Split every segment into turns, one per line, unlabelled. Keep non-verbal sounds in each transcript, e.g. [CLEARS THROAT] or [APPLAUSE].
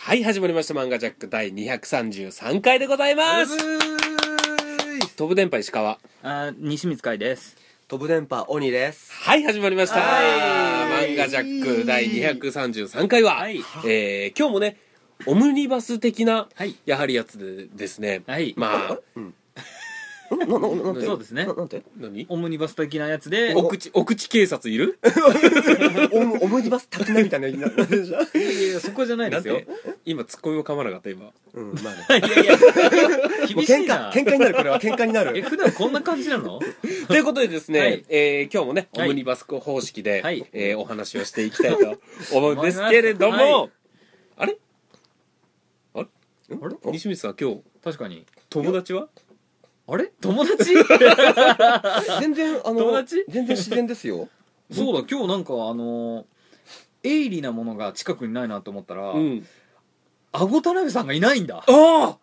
はい、始まりました。漫画ジャック第233回でございます。飛ぶ電波石川。
あー西光海です
飛ぶ電波鬼です
はい、始まりました。
はい
漫画ジャック第233回は、
はい
えー今日もね、オムニバス的な、
はい
やはりやつでですね、
はい
まあ、
んなななんて
そうですね
ななんて
何
オムニバス的なやつで
お口、お口警察いる
[LAUGHS] お思い出ますたくなみたいなななんでしょ
いやいやそこじゃないですよ
なんて今、ツッコミも噛まなかった、今。
うんまあね
いやいや
も
厳
う
し
喧
い
嘩
な
喧嘩になるこれは喧
[LAUGHS]
嘩にな
え
る
普段こんな感じなの
[LAUGHS] ということでですね、
はい
えー今日もね、
は
オ
い
ムニバス方式で、
はい
えーお話をしていきたいと思うんですけれども、 [LAUGHS]
はい
あれ
あれ
西光さん、今日、
確かに
友達は
あれ友達
全然あの
友達
全然自然ですよ
そうだ今日なんかあのー鋭利なものが近くにないなと思ったら、
うん。
アゴ田辺さんがいないんだ
あ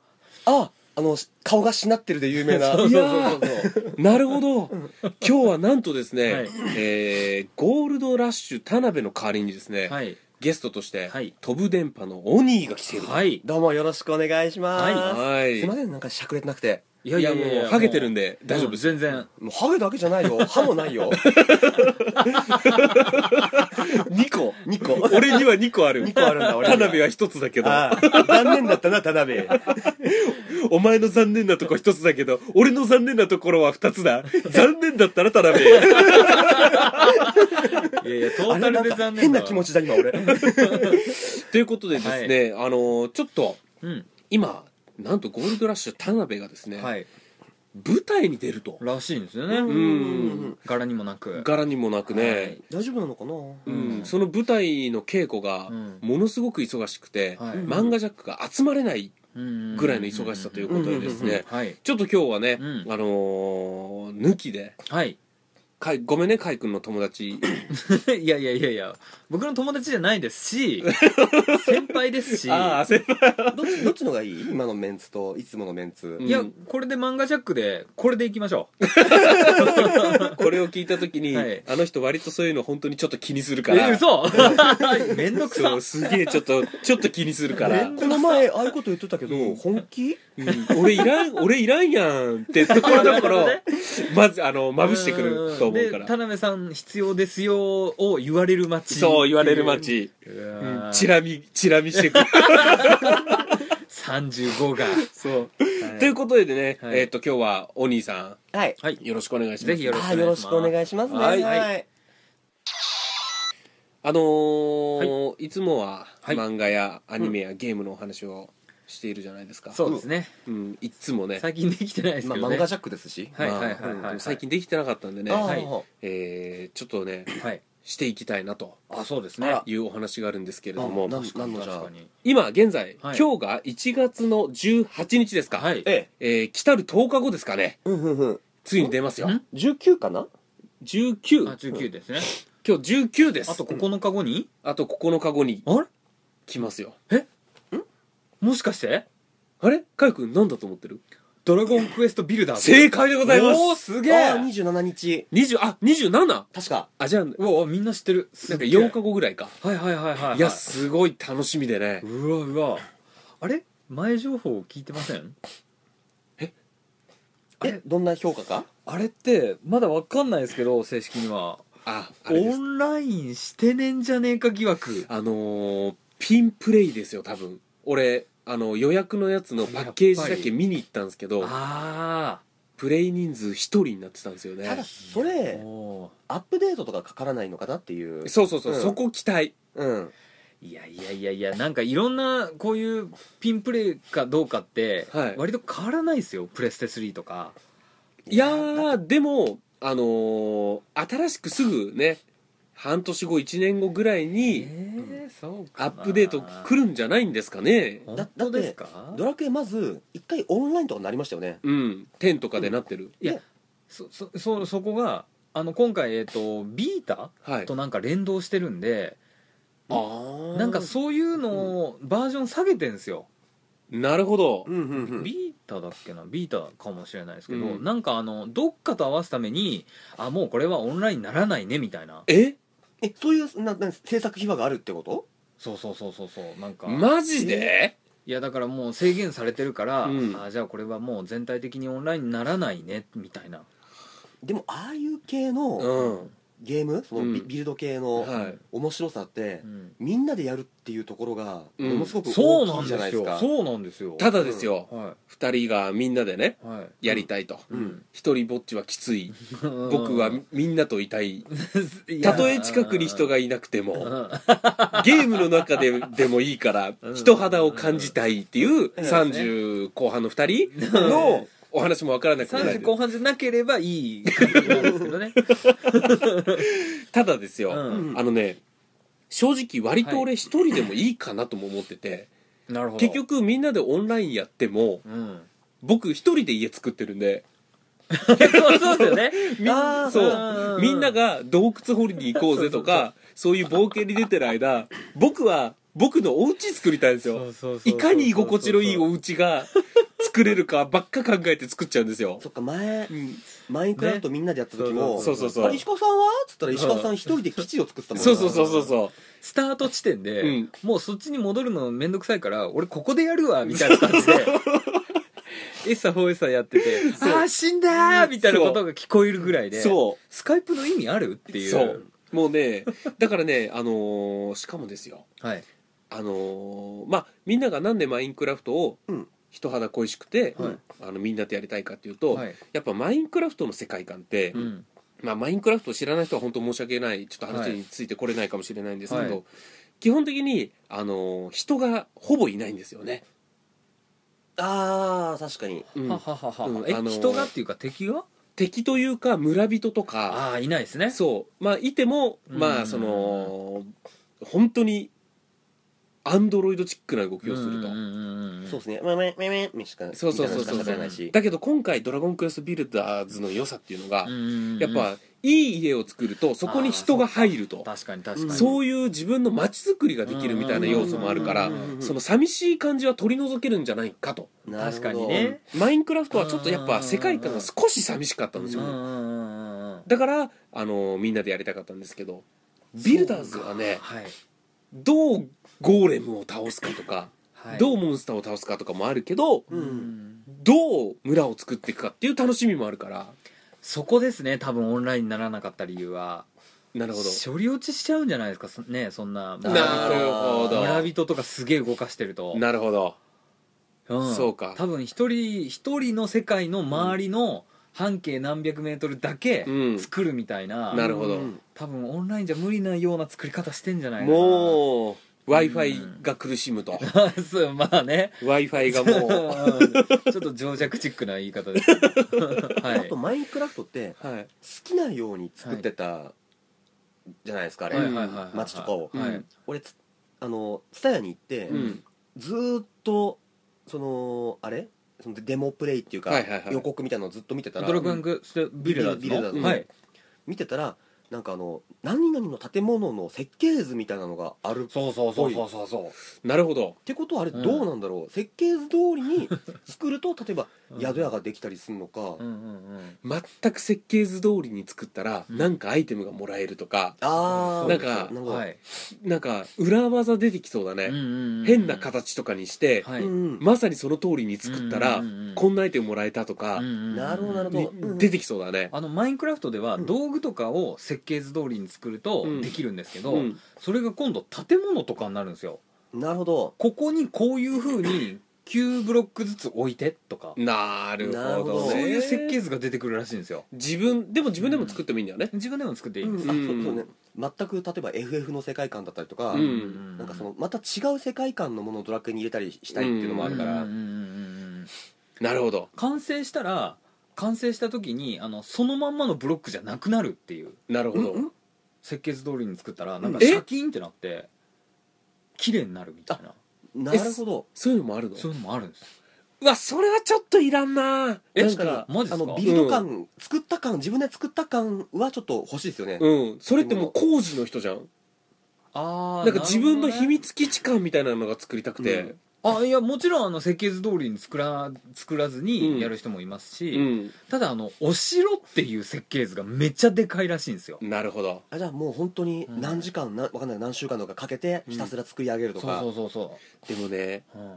ああのし顔がしなってるで有名な
そう
い
そう
や
そう
ー
あなるほど今日はなんとですね、
はい
えーゴールドラッシュ田辺の代わりにですね、
はい
ゲストとして、
はい
飛ぶ電波のオニーが来ている
はいい
どうもよろしくお願いします
はい
すいませんなんかしゃくれてなくて
い
いやいやいやもうハゲてるんで大丈夫です、
全然
もうハゲだけじゃないよ歯もないよ [LAUGHS] 二個二個
俺には2個ある
二個あるんだ俺
田辺は1つだけど
ああ残念だったな田辺
お前の残念なとこ1つだけど俺の残念なところは2つ [LAUGHS] だ残念だったら田辺
いやいやトー
あ
タ
れな
ル
ん
で
か
残念だ
変な気持ちだ今俺
[LAUGHS] ということでですね、あのーちょっと
うん
今なんとゴールドラッシュ田辺がですね、
はい
舞台に出ると
らしいんですよね、
ん
柄にもなく
柄にもなくね、
はい
大丈夫なのかな
う、
うんん
その舞台の稽古が
うん
ものすごく忙しくて、
はい
漫画ジャックが集まれないぐ
ぐ
らいの忙しさということでですね、
うんうんうんう
はい
ちょっと今日はね、
うん
あのー抜きで
はい
かいごめんねかいくんの友達
[LAUGHS] いやいやいやいや僕の友達じゃないです
[LAUGHS]
し先輩ですし
ああ先輩
どっちどっちのがいい今のメンツといつものメンツ
うん
いやこれで漫画ジャックでこれでいきましょう
これを聞いた時に、
はい
あの人割とそういうの本当にちょっと気にするから
え
[LAUGHS]
嘘めんどく
そ
さ
うすげえちょっとちょっと気にするから
めんど
この前ああいうこと言ってたけど、
うん
本気
うん俺いらん俺いらんやんってところどころ
なる
まずあのまぶしてくると思うか
で
ら
田辺さん必要ですよを言われる街
そう言われる街
う
うん
わー
チラ見チラ見してくる
35が
そう、
い
ということでね、
はい
えっ、と今日はお兄さ
はい
はい
んよろしくお願いします
ぜひよろしく
あよろしくお願いしますね
はい
はい
あのーい、つもは
はい
漫画やアニメやゲームのお話をしているじゃないですか、
そうですね
うん、いつもね
最近できてないです
まあ、
けど
漫
ね
画ジャックですし、
はいはい
まあ
はい
うん
はいはい
最近できてなかったんでね、
ああ、
はい
えーちょっとね
はい
していきたいなと
あそうです
あ
ね
ら
いうお話があるんですけれど
あ
も
な
確か
何
に
のじゃあ
確かに
今現在、
はい
今日が1月の18日ですか、
はい
ええ
えー来たる10日後ですかね
うんうんうん
ついに出ますよ
ん
19かな
19
あ19ですね
今日19です
あと9日後に
あと9日後に
あれ
来ますよ
もしかして
あれかよくん何だと思ってる
ドラゴンクエストビルダーズ
正解でございます
おーすげえ
ああ27日
20あ二 27?
確か
あじゃあなんか
うわみんな知ってるすげえ
8日後ぐらいか
はいはいはいはいはい
いやすごい楽しみでね
うわうわあれ前情報を聞いてませんあ
え
れ
どんな評価か
あれってまだわかんないですけど正式には
ああれで
オ
す
ンラインしてねんじゃねえか疑惑
あのーピンプレイですよ多分俺あの予約のやつのパッケージだけ見に行ったんですけど
あ
プレイ人数1人になってたんですよね
ただそ
あ
れ
も
アップデートとかかからないのかなっていう
そうそうそう、
うん
そこ期待
うん
ういやいやいやいやなんかいろんなこういうピンプレイかどうかって
はい
割と変わらないですよプレステ3とか
いやーでもあのー新しくすぐね半年後1年後ぐらいに
えーそう
アップデート来るんじゃないんですかね
だ
本
だっ
当
て
ですか
ドラクエまず一回オンラインとかになりましたよね
うん10とかでなってる、
いや
ね
そそそそこがあの今回、えー、とビータ
はい
となんか連動してるんで、
あー
なんかそういうのをバージョン下げてんですよ、
なるほど
うんうんうん
ビータだっけなビータかもしれないですけど、
うん
なんかあのどっかと合わすためにあもうこれはオンラインにならないねみたいな
え
えそういうなな制作秘話があるってこと
そうそうそうそうそうなんか、
マジで
いやだからもう制限されてるから、
うん
あじゃあこれはもう全体的にオンラインにならないねみたいな
でもああいう系
う
の
ん
ゲームそのビ,、
うん
ビルド系の
はい
面白さって、
うん
みんなでやるっていうところが
うん
ものすごく
そう
大
な
きい
ん
じゃな
で
い
す
です
よ
か、
そうなんですよ
ただですよ、
は
二人がみんなでね
いはい
やりたいと、
うん
一人ぼっちはきつい
うん
僕はみみんなといたいたとえ近くに人がいなくて
う
も
ん
ゲームの中ででもいいから
うん
人肌を感じたいっていう
うん
30後半の2人のお話もわからなくもな
30
い
後半じゃなければいい感じなんですけどね
ただですよ、
うん
うん
あのね正直割と俺一人でもいいかなとも思ってて、
なるほど
結局みんなでオンラインやっても
うん
僕一人で家作ってるんで
そうそうですよね
みん
あー
そうみんなが洞窟掘りに行こうぜとかそういう冒険に出てる間僕は僕のお家作りたいんですよいかに居心地のいいお家が作れるかばっか考えて作っちゃうんですよ
そっか前
うん
マインクラフトみんなでやった時も、
そうそうそう
あれ石川さんはっつったら石川さん一人で基地を作ってたもん
そうそうそうそうそ
スタート地点で、
うん
もうそっちに戻るのめんどくさいから俺ここでやるわみたいな感じで [LAUGHS] エッサフォーエッサやってて
う
「ああ死んだ!」みたいなことが聞こえるぐらいうで
そう
スカイプの意味あるっていう
そうもうねだからねあのーしかもですよ
はい
あのーまあみんながなんでマインクラフトを
うん
人肌恋しくて、
はい
あのみんなとやりたいかっていうと、
はい
やっぱマインクラフトの世界観って、
うん
まあ、マインクラフトを知らない人は本当申し訳ないちょっと話についてこれないかもしれないんですけど、
はい
基本的に、あのー人がほぼいないんですよね。
あー確かに
うん
はははは、
うん
え、
あのー
人がっていうか敵が
敵というか村人とか
ああいないですね
そうまあいてもま
う
あ
ん
その本当にアンドロイドチックな動きをすると。
うんうんうんうん
そうですね。まあ、まあ、まあ、まあ、しか、
そうそうそうそう
みたいなのしか喋らないし。
だけど今回「ドラゴンクエストビルダーズ」の良さっていうのが、
うんうんうん
やっぱいい家を作るとそこに人が入ると
確かに確か
そう
に
いう自分の街づくりができるみたいな要素もあるから
うんうんうんうん
その寂しい感じは取り除けるんじゃないかと
なるほ
確
ど
かにね。
マインクラフトはちょっとやっぱ世界観が少し寂しかったんです
うんう
よ
んうんうんうん
だからあのみんなでやりたかったんですけどビルダーズはね
はい
どうゴーレムを倒すかとか、
はい
どうモンスターを倒すかとかもあるけど
うん
どう村を作っていくかっていう楽しみもあるから
そこですね多分オンラインにならなかった理由は
なるほど
処理落ちしちゃうんじゃないですかそねそんな
な
るほど
村人とかすげえ動かしてると、
なるほど
うん
そうか
多分一人一人の世界の周りの半径何百メートルだけ
うん
作るみたいな,、
なるほど
うん
多分オンラインじゃ無理なような作り方してんじゃないかな
もう w i
うん
f i が苦しむと w
う [LAUGHS] そうまあね
i f i が
[LAUGHS] うんち
も
ょっと情弱チックな言い方ですけどは
あ
い
と、マインクラフトって、
う、はい、
好きなように作ってた。じゃないですか、あれ
はい。
街とかを
はい
うん
俺つ、あの、ツタヤに行って
う、ん
ずーっと、その、あれ。そのデモプレイっていうか
はいはいはい、
予告みたいなのをずっと見てた
ドラ
ら。
ゴンクエストビルダーズ
ビルダー
の
ズの
はい
見てたら、なんか、あの、何々の建物の設計図みたいなのがある。っ
そうそうそうそうそうそう
なるほど
てことは、あれ、どうなんだろう。設計図通りに
[LAUGHS]
作ると、例えば、宿屋ができたりするのか
う。んうんうん
全く設計図通りに作ったら、
うん
なんかアイテムがもらえるとか
あー
なんか
なるほど
はい、
なんか裏技出てきそうだね、
うんうんうん
変な形とかにして、
はい、
うんうん
まさにその通りに作ったら、
うんうんうん
こんなアイテムもらえたとか、
うんうんうん
なるほどなるほど
に
うん
出てきそうだね、
あのマインクラフトでは
うん
道具とかを設計図通りに作ると
うん
できるんですけど、
うん
それが今度建物とかになるんですよ
なるほど
ここにこういう風に9ブロックずつ置いてとか
なるほど,、ね、
なるほど
そういう設計
図
図が出てくるらしいんですよ
自分でも自分でも作ってもいいんだよね、
自分でも作っていいんです
あ
よ、
うん
そうそうね全く例えば FF の世界観だったりとか、
うん
なんかそのまた違う世界観のものをドラクエに入れたりしたいっていうのもあるから、
うんうんうんうん
なるほど
完成したら完成した時にあのそのまんまのブロックじゃなくなるっていう
なるほど、
うんうん
設計図通りに作ったらなんか
え
シャキーンってなって綺麗になるみたいな
なるほど
そういうのもあるの
そういうのもあるんですよ
うわそれはちょっといらんな
え
なん
確か
か
マジっ
あ
すか
のビルド感、作った感自分で作った感はちょっと欲しいですよね、
うんそれってもう工事の人じゃん
あ
なんか自分の秘密基地感みたいなのが作りたくて、
うん
あいやもちろんあの設計図通りに作ら作らずにやる人もいますし、
うん
ただあのお城っていう設計図がめっちゃでかいらしいんですよ、
なるほど
あじゃあもう本当に
うん
何時間なわかんない何週間とかかけてひたすら作り上げると
そう
か、
そうそうそ
でもね
う、うん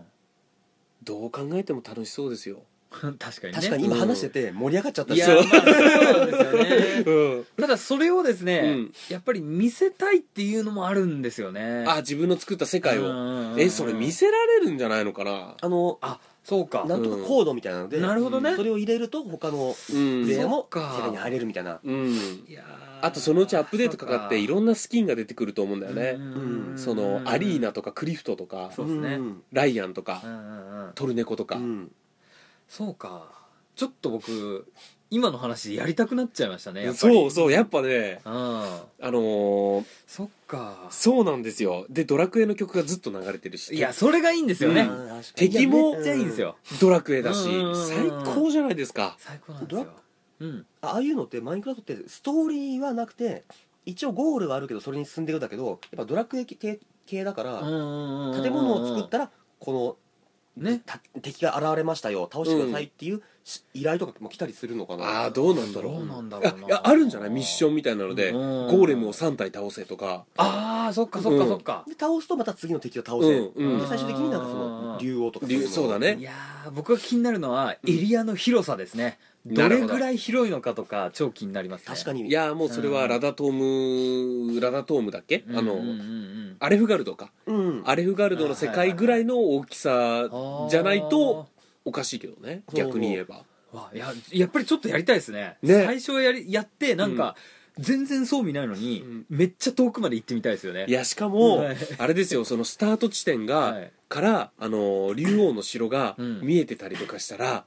どう考えても楽しそうですよ
[LAUGHS] 確かにね
確かに今話してて盛り上がっちゃった
い
し
や
そう
まあそうなんで
[LAUGHS]
すよね
うん
ただそれをですね、
うん
やっぱり見せたいっていうのもあるんですよね
あ自分の作った世界を
を
えそれ見せられるんじゃないのかな
あの
あそうか
なんとかコードみたいなので、
なるほどね、
それを入れると他の
う
プ
ん
レイヤーも
そ
世
っか
界に入れるみたいな、
うん
いやー
あとそのうちアップデートかかっていろんなスキンが出てくると思うんだよね
うんうんうん
そのアリーナとかクリフトとか
そうですね
ん
ライアンと
う
か
んうんうん
トルネコと
う
か
ん
そうかちょっと僕今の話やりたくなっちゃいましたねやっぱり
そうそうやっぱね
うん
あのー
そっか
そうなんですよでドラクエの曲がずっと流れてるし
いやそれがいいんですよ
う
ね、
ん
あー確かに
敵も
めっちゃいいんですよ、
ドラクエだし
うんうんうん
最高じゃないですか
最高なんですよ
ドラ
うん
ああいうのってマインクラフトってストーリーはなくて一応ゴールはあるけどそれに進んでいくんだけどやっぱドラクエ系系だから、建
建
物を作ったらこの、
ね
た敵が現れましたよ倒してくださいっていうし依頼とかも来たりするのかな
ああどうなんだ
ど
ろ
うなんだ
う
ろ
あ
うない
やあるんじゃないミッションみたいなので
うん
ゴーレムを3体倒せとか
ああそっかそっかそっか、
で倒すとまた次の敵を倒せ、
うんうん
で最終的になんかそ
うん
の竜王とかいの
竜そうだね
いやー僕が気になるのはエリアの広さですね、
うん
どれぐらい広いのかとか超気になりますね
確か
に
に
いやもうそれはラダトームラダトームだっけあ
うんうんう
の
んうん
アレフガルドか
うん
アレフガルドの世界ぐらいの大きさ
あー
じゃないとおかしいけどね
そう
逆に言えば
わいややっぱりちょっとやりたいですね
ね
最初やりやってなんか、全然装備ないのに、
うん
めっちゃ遠くまで行ってみたいですよね
いやしかも
はい
あれですよそのスタート地点
は
が
い
からあの竜王の城が
うん
見えてたりとかしたら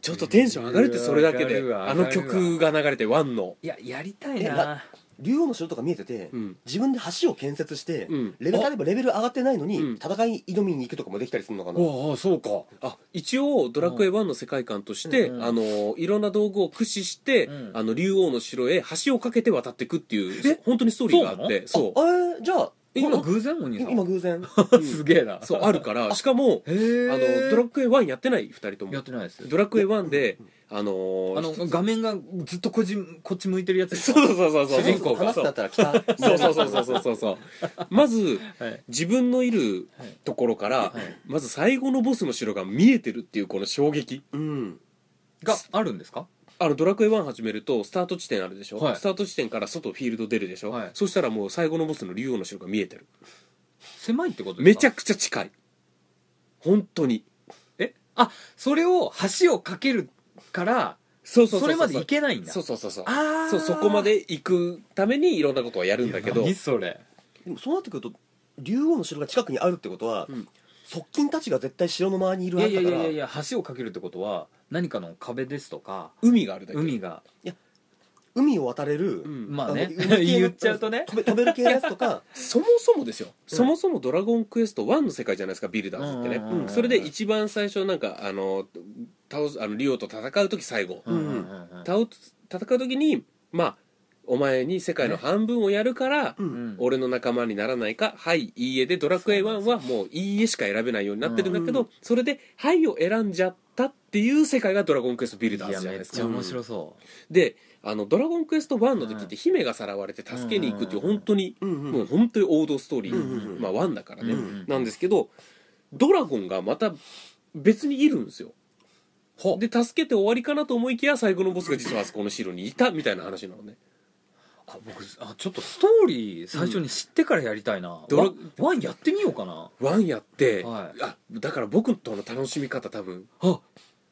ちょっとテンション上がるってそれだけで
上がるわ
あの曲が流れてワンの
いややりたい
え
な
な竜王の城とか見えてて、
うん
自分で橋を建設して、
うん
レベル例えばレベル上がってないのに、
うん
戦い挑みに行くとかもできたりするのかな、
おうおうそうか
あ一応「ドラクエ1」の世界観として、
うん
あのいろんな道具を駆使して、
うん
あの竜王の城へ橋を架けて渡っていくっていう
え
本当にストーリーがあってそう
あえーじゃあ
今
ほ
偶然お兄さん [LAUGHS]
今偶然
うん
すげえな
そうあるからしかも
へ
あ
え
の「ドラクエ1」やってない2人と
や
も
ってないです
ドラクエ1であのー
あの画面がずっとこっちこっち向いてるやつです
そうそうそうそう
主人公が
話すんだったら来た
そうそうそうそうそうそうそうまず
はい
自分のいる
はい
ところから、
はい
まず最後のボスの城が見えてるっていうこの衝撃
うん
があるんですか
あのドラクエ1始めるとスタート地点あるでしょ、
はい
スタート地点から外フィールド出るでしょ、
はい
そしたらもう最後のボスの竜王の城が見えてる
狭いってことで
め
す
ち
か
ゃくちゃ近い本当に
えあそれを橋を架けるから
そうそうそう
それまで行けないんだ
そうそうそうそう
ああ
そうそこまで行くためにいろんなことはやるんだけど
何それ
でもそうなってくると竜王の城が近くにあるってことは、
うん
側近たちが絶対城の周りにい
い
るは
やいや
ずだ
いや
から
いやいや橋を架けるってことは何かの壁ですとか
海があるだけ、
海が
海を渡れる、
うん
まあね
あの海系の
言っちゃうとね
飛べ飛べる系のやつとか
そもそもですよ、そもそも「ドラゴンクエスト1」の世界じゃないですかビルダーズってね、
うんうんうんうん
それで一番最初なんかあの倒すあのリオと戦う時最後、
うん
倒す戦う時にまあお前に世界の半分をやるから、
う
うんん
俺の仲間にならないか「はい」「いいえ」で「ドラクエ1」はもう「いいえ」しか選べないようになってるんだけど、
うん
それで「はい」を選んじゃったっていう世界が「ドラゴンクエストビルダ
い
ー
や
ズ」じゃな
め
いで
っ
す
ち
か
ゃ面白そ
であの「ドラゴンクエスト1」の時って姫がさらわれて助けに行くっていう本当に、
うんうん
もう本当に王道ストーリー、
うんうんうん
まあ、1だからね、
うんうん
なんですけどドラゴンがまた別にいるんですよ
ほ
で助けて終わりかなと思いきや最後のボスが実はあそこの城にいたみたいな話なのね
うあ僕あちょっとストーリー最初に知ってからやりたいな、
ドラ
ワンワンやってみようかな
1やって、
はい
あだから僕との楽しみ方多分
あ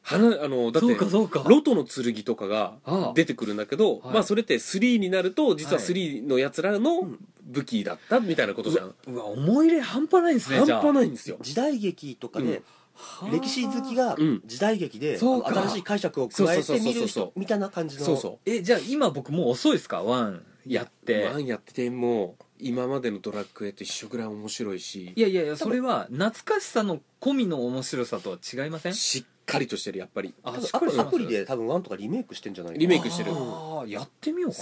花あのだっ
そ
て
うかそうか
ロトの剣とかが
ああ
出てくるんだけど
はい
まあそれって3になると実は
はい
3のやつらの武器だったみたいなことじゃん、
うわ思い入れ半端ないんですね
半端ないんですよ
時代劇とかで、歴史好き
が
が
うん
時代劇で、
そうか
あの新しい解釈を加えて見る
そうそうそうそうそう
人みたいな感じの
そうそう
えじゃあ今僕もう遅いですかワンやって
ワンやってても今までのドラクエと一緒ぐらい面白いし
いやいやいやそれは懐かしさの込みの面白さとは違いません
しっかりとしてるやっぱり
多
あ
分
しっ
ア
かり
プ
し
リ
ます
アプリで多分ワンとかリメイクしてんじゃないかな
リメイクしてる
あーやってみようか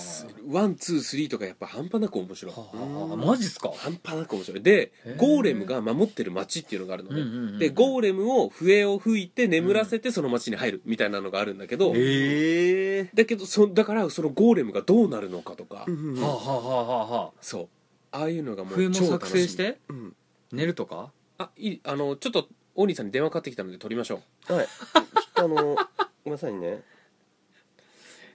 ワンツースリーとかやっぱ半端なく面白い
なはあ
うん
はあマジっすか
半端なく面白いで
へー
ゴーレムが守ってる町っていうのがあるのね、
うんうんうん
でゴーレムを笛を吹いて眠らせてその町に入るみたいなのがあるんだけど、
へえ
だけどそだからそのゴーレムがどうなるのかとか、
うん
はあはあはあはあは
そうああいうのが
あ
も
笛
う
も
超
作
楽しみ
成して
うん
寝るとか
あいいあのちょっとオーニーさんに電話かかってきたので取りましょう
はいちょっとあのごめんなさいね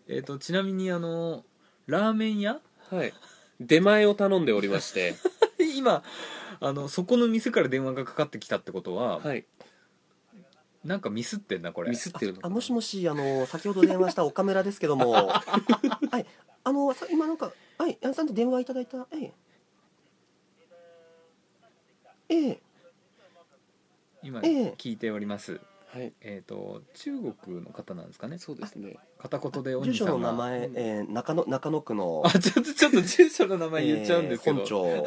えっとちなみにあのラーメン屋 [LAUGHS]
はい出前を頼んでおりまして [LAUGHS]
今あのそこの店から電話がかかってきたってことは
はい
なんかミスってんなこれ
ミスってるの
あもしもしあの先ほど電話した岡村ですけ
[LAUGHS]
どもはいあのさ今なんかはい矢野さんと電話いただいたはいええ
今
ええ
聞いております
はい
えっと中国の方なんですかね
そうですね
片言でお
住
兄
所
さ
の
ん
名
が
前、
うん
えー中野中野区の
あちょっとちょっと住所の名前言っちゃうんですけど、
えー本庁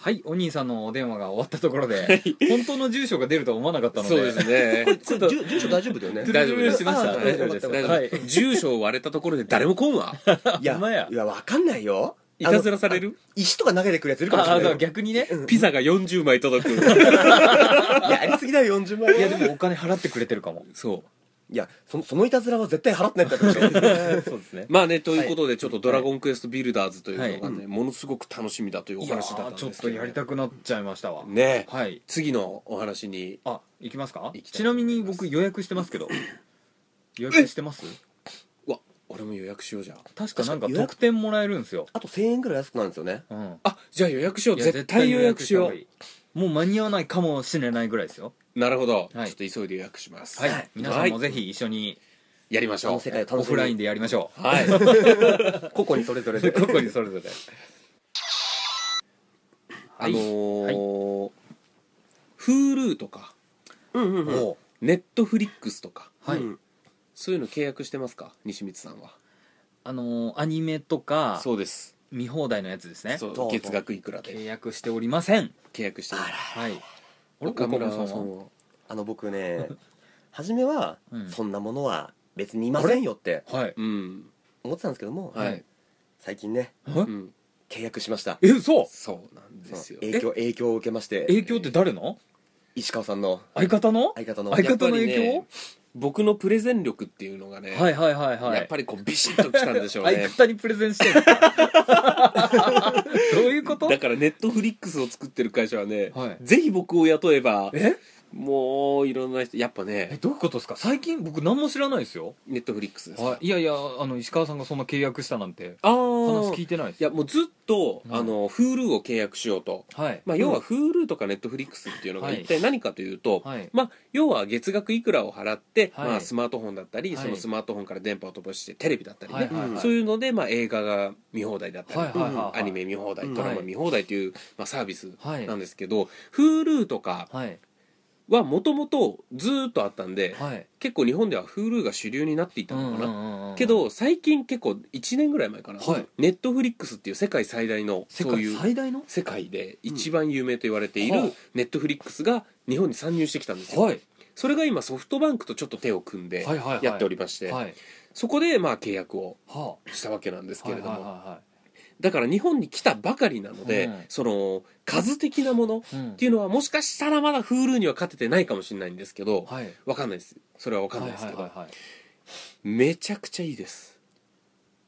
はいお兄さんのお電話が終わったところで本当の住所が出るとは思わなかったので
そうですね
[LAUGHS] ちょっと
住住所大丈夫だ
[LAUGHS]
よね
ドゥル
[LAUGHS] 大丈夫です
しました
あ
大丈夫です大丈夫です、 [LAUGHS] 住所を割れたところで誰も来んわ
いや
ほんまや
いやわかんないよ
いたずらされる
あの石とか投げてくるやついるかもし
あ
れ
あそ
ない
う
よ
逆にね
[LAUGHS] ピザが40枚届く
いやありすぎだよ40万円
いやでもお金払ってくれてるかも
そう
いやそのそのいたずらは絶対払ってないんだから
[LAUGHS] そうですね
[LAUGHS] まあねということでちょっと「ドラゴンクエストビルダーズ」というのがね、
はい
ものすごく楽しみだというお
いや
話だった
ー
ん
ちょっ
です
と
けど
やりたくなっちゃいましたわ
ね
はい
次のお話に
あ行きますか
行きたい
ちなみに僕予約してますけど予約してます
うわ俺も予約しようじゃん
確かなんか
確か予約
特典もらえるんですよ、
あと1000円ぐらい安くなるんですよね
うん、
あじゃあ予約しよう
いや
絶対予約しよ
絶対予約した方がいいもう間に合わないかもしれないぐらいですよ
うなるほど、
はい
ちょっと急いで予約します
はい、
はい
皆さんもぜひ一緒に
やりましょ
あの
う
世界を楽しみ
オ
に
フラインでやりましょ
はい
個々にそれぞれ
う [LAUGHS]
で
ここにそれぞれ
あのー Hulu とか
うんうんうん
おう
Netflix とか
はい、
うん
そういうの契約してますか西光さんは
あのーアニメとか
そうです
見放題のやつですね
そう
そう
月額いくらで
契約しておりません
契約してる
はい
岡村さん
岡は
は
あの
[LAUGHS]
僕ね初めは、
うん
そんなものは別にいませんよって
はい
うん
思ってたんですけども、
はい、
はい
最近ね
え
うん、
契約しました
え嘘
そうなんです
そ
よ
の影響影響を受けまして
影響って誰の
石川さんの
相方の
相方の
相
やっ
方
ぱ
の
り
影響、
ね僕のプレゼン力っていうのがね、
はいはいはいはい
やっぱりこうビシッときたんでしょうね
相方にプレゼンして [LAUGHS] るんですかどういうこと
だからネットフリックスを作ってる会社はね、
はい
ぜひ僕を雇えば
え
もういろんな人やっぱね
どういうことですか最近僕何も知らないですよ
ネットフリックスです
はいいやいやあの石川さんがそんな契約したなんて
あ
話
あ
聞いてないです
いやもうずっと、
うん
あの Hulu を契約しようと、
はい
まあ、要は Hulu とかネットフリックスっていうのが
はい
一体何かというと、
はい
まあ、要は月額いくらを払って、
はい
まあ、スマートフォンだったり、
はい
そのスマートフォンから電波を飛ばしてテレビだったりね、
はいはい
うん
はい
そういうので、まあ、映画が見放題だったり、
はいはいはいはい
アニメ見放題、
うん
ドラマ見放題という、まあ、サービス
はい
なんですけど、Hulu とか
はい
はもともとずーっとあったんで、
はい
結構日本では Hulu が主流になっていたのかな、
うんうん
けど最近結構1年ぐらい前かな、
はい
ネットフリックスっていう世界最大の
世
そうい
界
う
最大の
世界で一番有名と言われてい
うんは
る
あ
ネットフリックスが日本に参入してきたんですよ、
はい
それが今ソフトバンクとちょっと手を組んで
はいはいはい
やっておりまして、
はい
そこでまあ契約を
は
したわけなんです
あ
けれども、
はいは
だから日本に来たばかりなので、
うん
その数的なものっ
いはいはいうん
ていうのはもしかしたらまだ Hulu には勝ててないかもしれないんですけど、
はい
わかんないですそれはわかんないですけど、
はいはいはいはい
めちゃくちゃいいです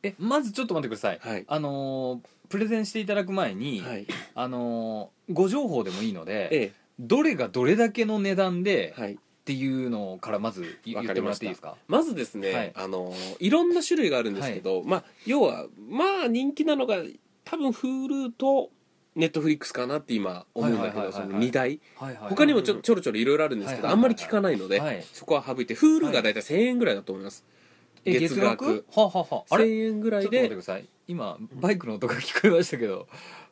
えまずちょっと待ってください、
はい
あのープレゼンしていただく前に、
はい
あのーご情報でもいいので、
え
どれがどれだけの値段
え
で
はい
っていうのからまず言
わ
言
かり
っても
ま
らっ
してた
いいですか
まずですね、
はい
あのいろんな種類があるんですけど、まあ要はまあ人気なのが多分 Hulu と Netflix かなって今思うんだけ
は
ど
いはいはい
そ
はい
の2台
はいはい
他にもちょちょろちょろいろいろあるんですけど、
はい
あんまり聞かないので、
はい
そこは省いて Hulu が大体1000円ぐらいだと思います、
え
月額
はあはあはああれち
1000円ぐ
ょ
ら
っと
い
待っ
で
てく
っ
ださい今バイクの音が聞こえましたけど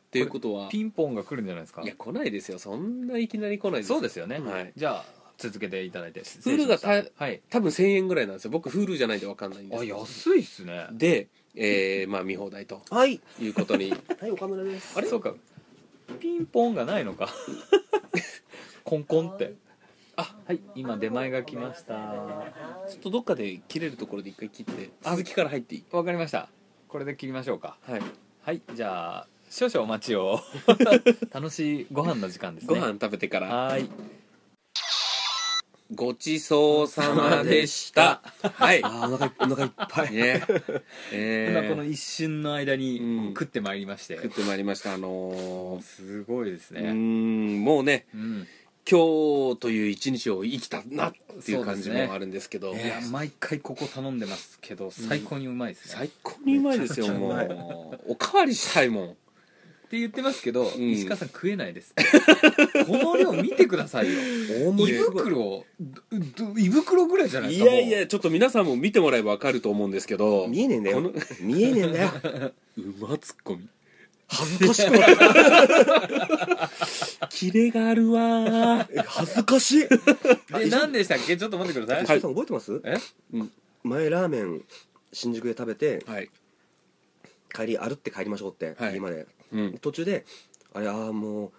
ていうことは
ピンポンが来るんじゃないですか
いや来ないですよそんないきなり来ないです
そうですすよね、
はい
じゃあ続けていただいて
フルがた
失礼しましたはい
多分1000円ぐらいなんですよ僕 Hulu じゃないんで分かんないんです
あ
けど
安いっすね
で、えーまあ見放題と
はい
いうことに
はい岡村です
あれそうかピンポンがないのか [LAUGHS] コンコンって
あ
はい今出前が来ました
ちょっとどっかで切れるところで一回切って続きから入っていい
わかりましたこれで切りましょうか
はい
はいじゃあ少々お待ちを [LAUGHS] 楽しいご飯の時間です
ご
ね
飯食べてから
はーい
ごちそうさまでしたはい
あーお腹いっお腹いっぱい
ね
[LAUGHS]
え
今
ー
この一瞬の間
うん
に食ってまいりまして、
食ってまいりましたあのー
すごいです
うー
ね
んもうね
うん、
今日という一日を生きたなっていう感じ
そうですね
もあるんですけど
いや毎回ここ頼んでますけど最高にうまいですね、
最高にうまいですよ
めちゃくちゃう
も
まいう
おかわりしたいもん
って言ってますけど、
ん
石川さん食えない [LAUGHS] ですってこの量見てくださいよ
大
胃袋どど胃袋ぐらいじゃないで
い
すか
やいやちょっと皆さんも見てもらえば分かると思うんですけど
見えねえんだ
こ
よ
の
見えね
[LAUGHS]
えんだよ
うまツッコミ
恥ずかしく
[LAUGHS]
ない
キレがあるわ
[LAUGHS]
ー
恥ずかしい
もうで何でしたっけちょっと待ってください、
石川さん覚えてます
え
前ラーメン新宿で食べて
はい、
帰り歩って帰りましょうって、
はい
家まで
うん、
途中であれああもう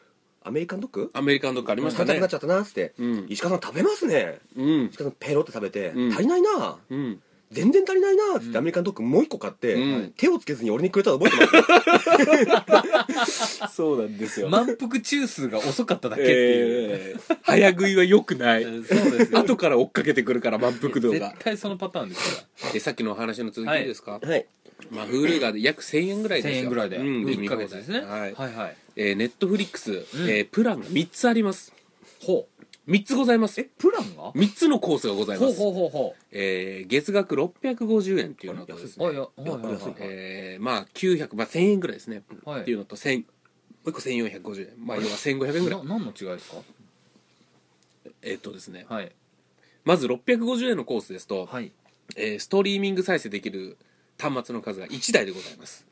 アメリカンドッグ
アメリカンドッグありまし
食
たね
べたくなっちゃったなっつって、
うん
石川さん食べますね
うん
石川さんペロって食べて、
うん
足りないな
うん
全然足りないなっつっ
うん
てアメリカンドッグもう一個買って、
うん
手をつけずに俺にくれたの覚えてます
そうなんですよ
満腹中枢が遅かっただけっていう、
えー早食いは良くない
そうですよ [LAUGHS]
後から追っかけてくるから満腹度が
絶対そのパターンですか
でさっきのお話の続きいいですか、
はい
まあ、Hulu が約1000円ぐら
ら
いです
1000
よ
円ぐらいで、
うん、
1ヶ月ですね、
はい
はいはい
えー、ネットフリックス、え
うん
ープランが3つあります
ほう
3つございます
えプランが
3つのコースがございま
ほう
す
ほうほうほ
えー月額650円っていうのとです
うあい
ね
やはいはいはい
安い
えーまあ900まあ1000円ぐらいですね、
はい
っていうのと1000もう一個1450円まあ要は1500円ぐらい
[LAUGHS] な何の違いですか
えーっとですね
はい
まず650円のコースですと、
はい
えーストリーミング再生できる端末の数が1台でございます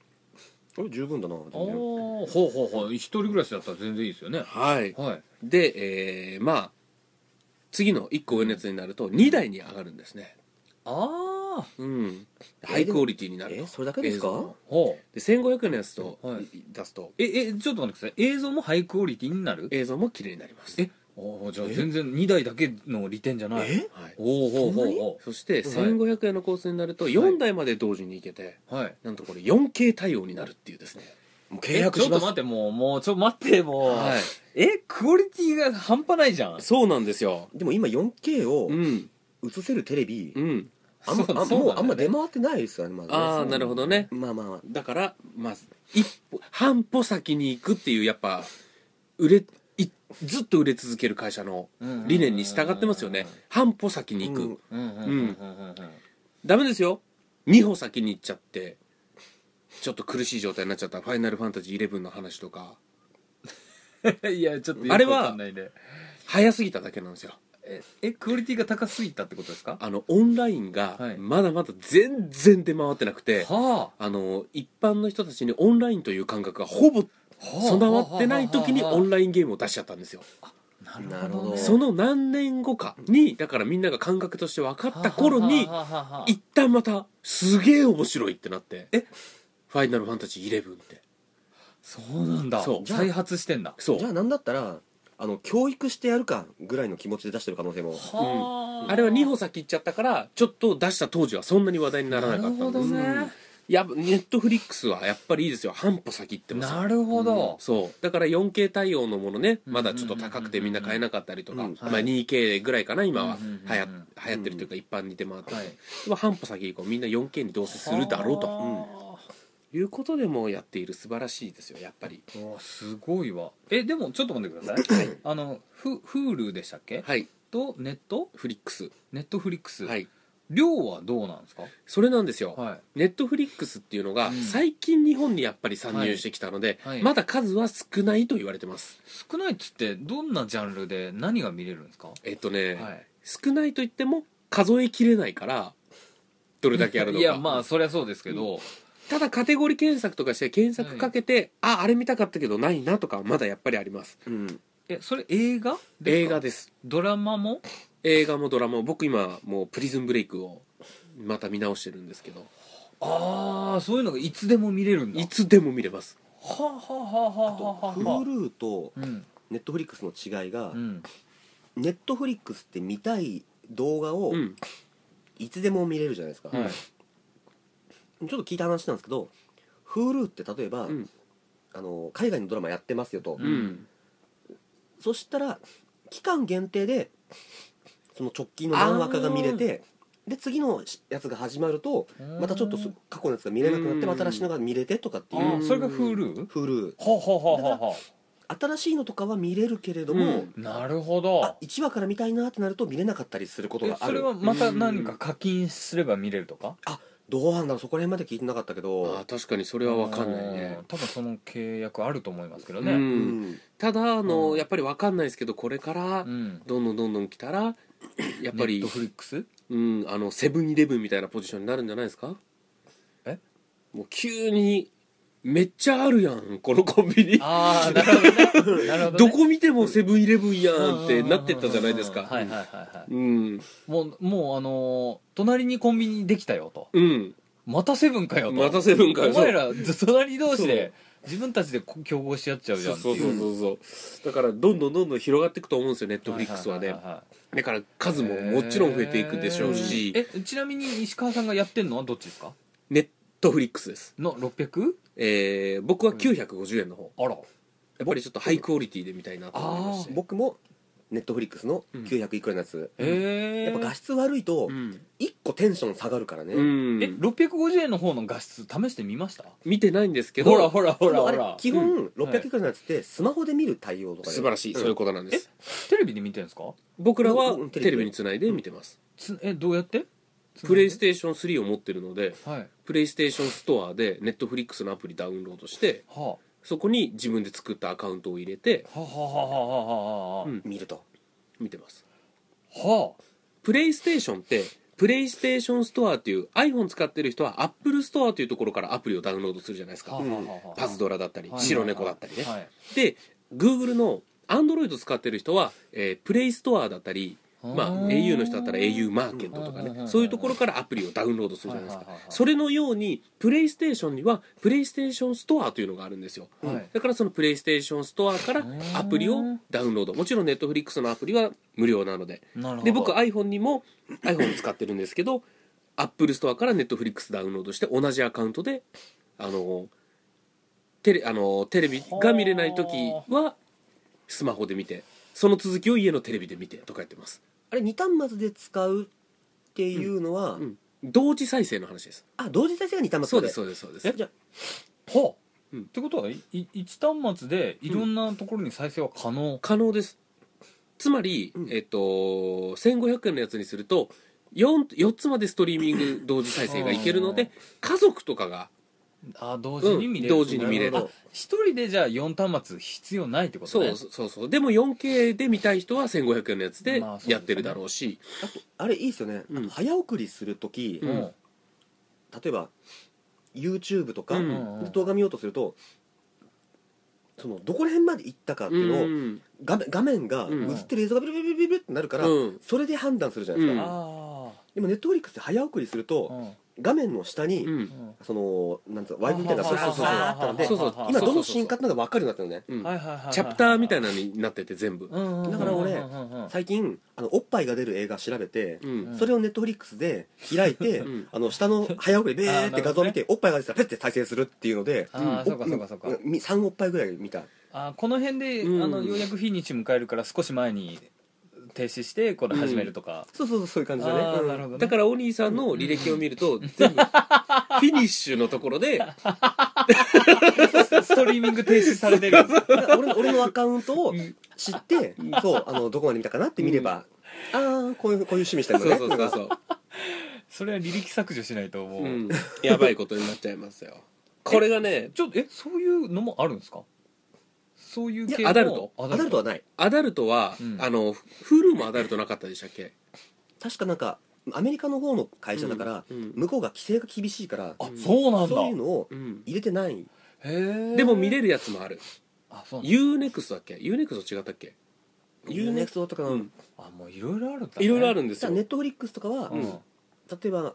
これ十分だな
ああほうほうほう一人暮らしだったら全然いいですよね
はい
はい
で、えーまあ次の1個上のやつになると2台に上がるんですね
ああ
うん
え
ハイクオリティになる
え
と
それだけです
映像
か
の
ほう
で1500円のやつと、
はい
出すと
ええちょっと待ってください映像もハイクオリティになる
映像も綺麗になります
えおーじゃあ全然2台だけの利点じゃない
え
はい、
おおほうほ
そんな
う
に
ほ
そして
はい
1500円のコースになると4台まで同時に行けて、
うはい
なんとこれ 4K 対応になるっていうですね
もう契
えち
約
ょ
し
っ
ま
と
す
待ってもうもうちょっと待ってもう、
はい
えクオリティが半端ないじゃん
そうなんですよ
でも今 4K を
うん
映せるテレビ、
うん
あんま
そう
あん
そうなん
も
だよ
う
ね
あんま出回ってないですよねまだね
ああなるほどね
まあまあまあ
だからまあ一歩半歩先に行くっていうやっぱ売れいずっと売れ続ける会社の理念に従ってますよね半歩先に行く、
うん
うんうんうんうんうん
ダメですよ2歩先に行っちゃってちょっと苦しい状態になっちゃった「ファイナルファンタジー11」の話とか
うんいやちょっとよく
あれは
わかんないね
早すぎただけなんですよ
ええクオリティが高すぎたってことですか
あのオンラインが
はい
まだまだ全然出回ってなくて、
はあ
あの一般の人たちにオンラインという感覚がほぼ
はあ
備わってない時に
はあ
オ
はあ
ンラインゲームを出しちゃったんですよ
なるほどね
なるほど
その何年後かにだからみんなが感覚として分かった頃に
はあはあはあはあ
一旦またすげえ面白いってなって
え
ファイナルファンタジー11」って
そうなんだ
そう
再発してんだ
そう
じゃあなんだったらあの教育してやるかぐらいの気持ちで出してる可能性も
は
あれは2歩先行っちゃったからちょっと出した当時はそんなに話題にならなかったんです
なるほどね
いやネットフリックスはやっぱりいいですよ半歩先行ってますよ
なるほど、
そうだから 4K 対応のものね
うん
まだちょっと高くてみんな買えなかったりとか、
うん
まあ、2K ぐらいかな今は
うん
はや
うんうん
流行ってるというか一般に出回ってる、
はい
まあ半歩先行こうみんな 4K にどうせするだろうと
はあ
いうことでもうやっている素晴らしいですよやっぱり
うわすごいわえでもちょっと待ってくださいあのフ Hulu でしたっけ、
はい
とネット
フリックス
ネットフリックス、
はい
量はどうなんですか
それなんですよ、
は
ネットフリックスっていうのが
うん
最近日本にやっぱり参入してきたので、
はいはい
まだ数は少ないと言われてます
い少ないっつってどんなジャンルで何が見れるんですか、
えっとね、
はい
少ないと言っても数えきれないからどれだけあるのか
いやまあそりゃそうですけど、
ただカテゴリー検索とかして検索かけて、ああれ見たかったけどないなとかはまだやっぱりあります
うん
えそれ映画です
映
か
画です
ドラマも
映画もドラマも僕今もうプリズンブレイクをまた見直してるんですけど
ああそういうのがいつでも見れるんだ
いつでも見れます
はあはあはあはあはあはあ
と Hulu と
うん
Netflix の違いが
うん
ネットフリックスって見たい動画を
うん
いつでも見れるじゃないですか、
はい
ちょっと聞いた話なんですけど Hulu って例えば、
うん
あの海外のドラマやってますよと、
うん
そしたら期間限定でその直近の何話かが見れてで次のやつが始まるとまたちょっとそ過去のやつが見れなくなって
うん
新しいのが見れてとかって
あ
い
ー
う
それが Hulu?
Hulu
ははははは
新しいのとかは見れるけれども、
うんなるほど
あ1話から見たいなってなると見れなかったりすること
え
があ
それ
る
はまた何か課金すれば見れるとか
どうなんだろうそこら辺まで聞いてなかったけ
ああ
ど
確かにそれは分かんないね
うん多分その契約あると思いますけど
う、
ね
うんん
ただあの、
うん
やっぱり分かんないですけどこれから
うん
どんどんどんどん来たらやっぱ
ネッ
り
ト、フリックス
うん、あのセブンイレブンみたいなポジションになるんじゃないですか
え
もう急にめっちゃあるやんこのコンビニ
ああなるほ [LAUGHS] どねなるほど
ど
ね
こ見てもセブンイレブンやんってなってったじゃないですか
はいはいはいはい
うん
もうもうあのー隣にコンビニできたよと
うん
またセブンかよと
またセブンかよ
お前らず隣同士で自分たちでこ競合し合っちゃうじ
そ
ゃ
うんそうそうそうそうだからどんどんどんどん広がっていくと思うんですよネットフリックスはねだから数ももちろん増えていくでしょうし
えちなみに石川さんがやってんのはどっちですか
ネットフリックスです
の 600?
えー僕は950円の方
あ
や
ら
っぱりちょっとハイクオリティで見たいなと思いまして
僕もネットフリックスの900いくらのやつ、
え
やっぱ画質悪いと
うん
1個テンション下がるからね、
うん
え650円の方の画質試してみました
見てないんですけど
ほらほらほらほ
でもあ
ら
れ基本
はい
600いくらのやつってスマホで見る対応とか
素晴らしい、そういう
こ
ことなんです
テレビで見てるんですか
僕らは
うんテレ
テ
ビ
レビにつないで見てます、
つえどうやって
プレイステーション3を持ってるので
はいは
プレイステーションストアでネットフリックスのアプリダウンロードして
あは
そこに自分で作ったアカウントを入れて
あはあはあはあはあはあ
うん
見ると
見てます
はあ
プレイステーションってプレイステーションストアっていう iPhone 使ってる人は Apple ストアというところからアプリをダウンロードするじゃないですか、
はあはあはあ
パズドラだったり、
はい
白猫だったりね、
はい
で Google の Android 使ってる人は、えープレイストアだったりまあ、
は
au の人だったら au マーケットとか
うんうんうんう
ね
ん
そういうところからアプリをダウンロードするじゃないですか
はいはいはいはい
それのようにプレイステーションにはプレイステーションストアというのがあるんですよ
はい
だからそのプレイステーションストアから
うん
アプリをダウンロードもちろん Netflix のアプリは無料なので
なるほど
で僕 iPhone にも iPhone 使ってるんですけど Apple ストアから Netflix ダウンロードして同じアカウントであのテレあのテレビが見れない時はスマホで見てその続きを家のテレビで見てとかやってます
あれ2端末で使うっていうのは、
うん同時再生の話です
あ同時再生が2端末
そうですそうですそうです
え
じゃあ
はあ
うん
ってことはいい一端末でいろんなところに再生は可能
可能ですつまり、
うん
えっと1500円のやつにすると 4, 4つまでストリーミング同時再生がいけるの
うん
で家族とかが
あ同時に見れる
うん同時に見れる
なほどあ一人でじゃあ4端末必要ないってこと
そう,、
ね
そうそうでも 4K で見たい人は1500円のやつで
まあそうですね
やってるだろうし、
あとあれいいですよね、
うん
あの早送りするとき、
うん
うん
例えば YouTube とか、
うん
うんうん
動画見ようとするとそのどこら辺まで行ったかっていうのを、
うん
画面画面が
うん
映ってる映像がビルビルビルビルってなるから、
うん
それで判断するじゃないですか、
うん
あ
でもネットフリックスって早送りする
あう
と
ん
画面の下に、
うん
うん
そのなんつうのワイプみたいなのが
あそうそうそう
あったので
そうそう
今ど
そうそうそ
の
う
シーンかってのが分かるようになったのね
うん
はいはいはいはい
チャプターみたい
な
なのになってて全部、
だから俺
は
最近あのおっぱいが出る映画調べて、
うん
それをネットフリックスで開いて、
うん
あの下の早送りでベーって画像見て、おっぱいが出てたらペッて再生するっていうので
ああ
うん
そうかそうかそうか
み3おっぱいぐらい見た
あーこの辺であ
うん
のようやく日にち迎えるから少し前に停止してこれ始めるとか
そうそうそうそういう感じだね
あ
う
ー
ん
なるほどね
だからお兄さんの履歴を見ると全部フィニッシュのところで
ストリーミング停止され
[LAUGHS]
てるんです
だから俺の俺のアカウントを知って、そうあのどこまで見たかなって見れば、ああこういうこういう趣味して
そ
る
う
のね
そうそうそう
それは履歴削除しないともう、
うん、やばいことになっちゃいますよこれがね
ちょっとえそういうのもあるんですかそういう系
い
の
やアダルト
ア
アダルトはない
アダルトは、
うん
あの Hulu もアダルトなかったでしたっけ
確かなんかアメリカの方の会社だから、
うんうん
向こうが規制が厳しいから
あそうなんだ
そういうのを
うん
入れてない
へえ
でも見れるやつもある
あそうなんだ
UNEXT だっけ UNEXT 違ったっけ
UNEXT とかの、
うん
あもういろいろあるんだ、ね、
いろいろあ
る
るんです
じゃ
よ
ネットフリックスとかは、
うん
例えば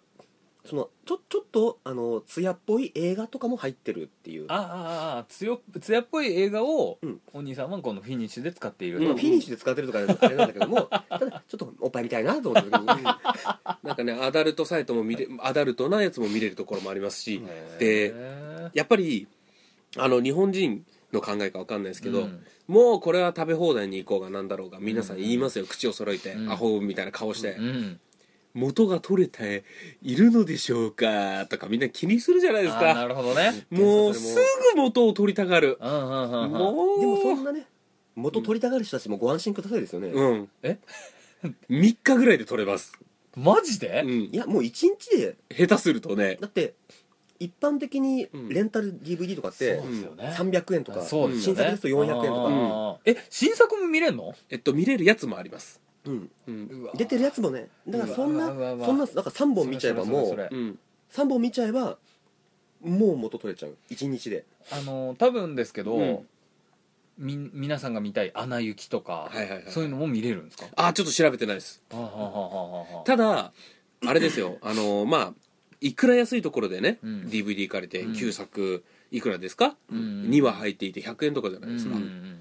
そのちょちょっとあの艶っぽい映画とかも入ってるっていう
ああああ強艶っぽい映画を
うん
お兄さんはこのフィニッシュで使っている
まあ
と
フィニッシュで使ってるとかあれなんだけどもただちょっとおっぱいみたいなと思ってたけど
なんかねアダルトサイトも見れアダルトなやつも見れるところもありますし、
へ
で
ー
やっぱりあの日本人の考えか分かんないですけど、
うん
もうこれは食べ放題に行こうがなんだろうが皆さん言いますよ、口を揃えて、
うん
アホみたいな顔して、
うん
元が取れているのでしょうかとかみんな気にするじゃないです
あーな
か
るほどね
もうすぐ元を取りたがる
うんうんうんうん
もう
でもそんなね元取りたがる人たちもご安心くださいですよね、
うん
え
3日ぐらいで取れます、
マジ
う
で
ん
い、やもう一日で
下手するとね
だって一般的にレンタル DVD とかって
う
ね
300円とか、
そうですよね
新作ですと400円
あ
とか、
ーえ新作も見れんの
えっと見れるやつもあります
うん、
うん
出てるやつもねだからそんな
うわうわうわ
そんななんか3本見ちゃえばも
そうれそれそれそれ
うん
3本見ちゃえばもう元取れちゃう一日で
あの多分ですけど、
うん
み皆さんが見たい「アナ雪」とか、
はいはいはい
そういうのも見れるんですか
あーちょっと調べてないです
はあはあはあはあはあ
ただあれです
[CLEARS THROAT]
よあのまあいくら安いところでね、
うん
DVD 借りて
うん
旧作いくらですか、
うんうんうん
2話入っていて100円とかじゃないですか、
うんうんうん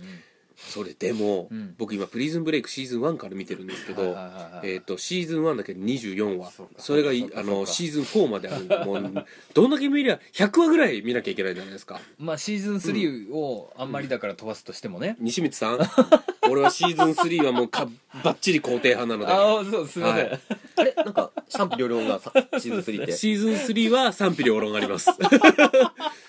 それでも、
うん
僕今「プリズンブレイクシーズン1」から見てるんですけど、
はいはいはいはい
えー、とシーズン1だけで24話
そ
そう
か
れがい
そうか
あ
そう
の
か
シーズン4まであるんでもうどんだけ見りゃ100話ぐらい見なきゃいけないじゃないですか
まあシーズン3をあんまりだから飛ばすとしてもね、
西光さ
[LAUGHS]
ん俺はシーズン3はもうかばっちり肯定派なので
ああそうすいません、
はい
あれなんか賛否両論がさシーズン3って
シーズン3は賛否両論あります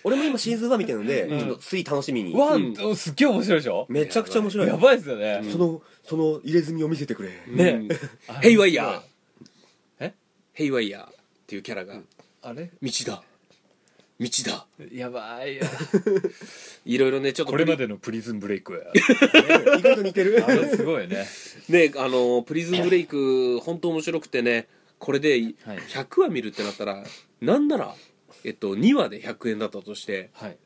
俺も今シーズン1見てるので、
ん
ちょっと3楽しみに
ワ
うん
ン、おすっげえ面白いでしょ
めちゃくちゃ面白い
やばいですよね、
そのその入れ墨を見せてくれ、
ね
あ
[LAUGHS] ヘイワイヤー
え
ヘイワイヤーっていうキャラが
あれ
道だ道だ
や
[LAUGHS]
ばいや
いろいろねちょっと
これまでのプリズンブレイ
[LAUGHS]
クや
意外と似てる
あれすごいね
ねあのプリズンブレイク本当面白くてねこれで
はい
100話見るってなったらなんなら、えっと、2話で100円だったとして
はい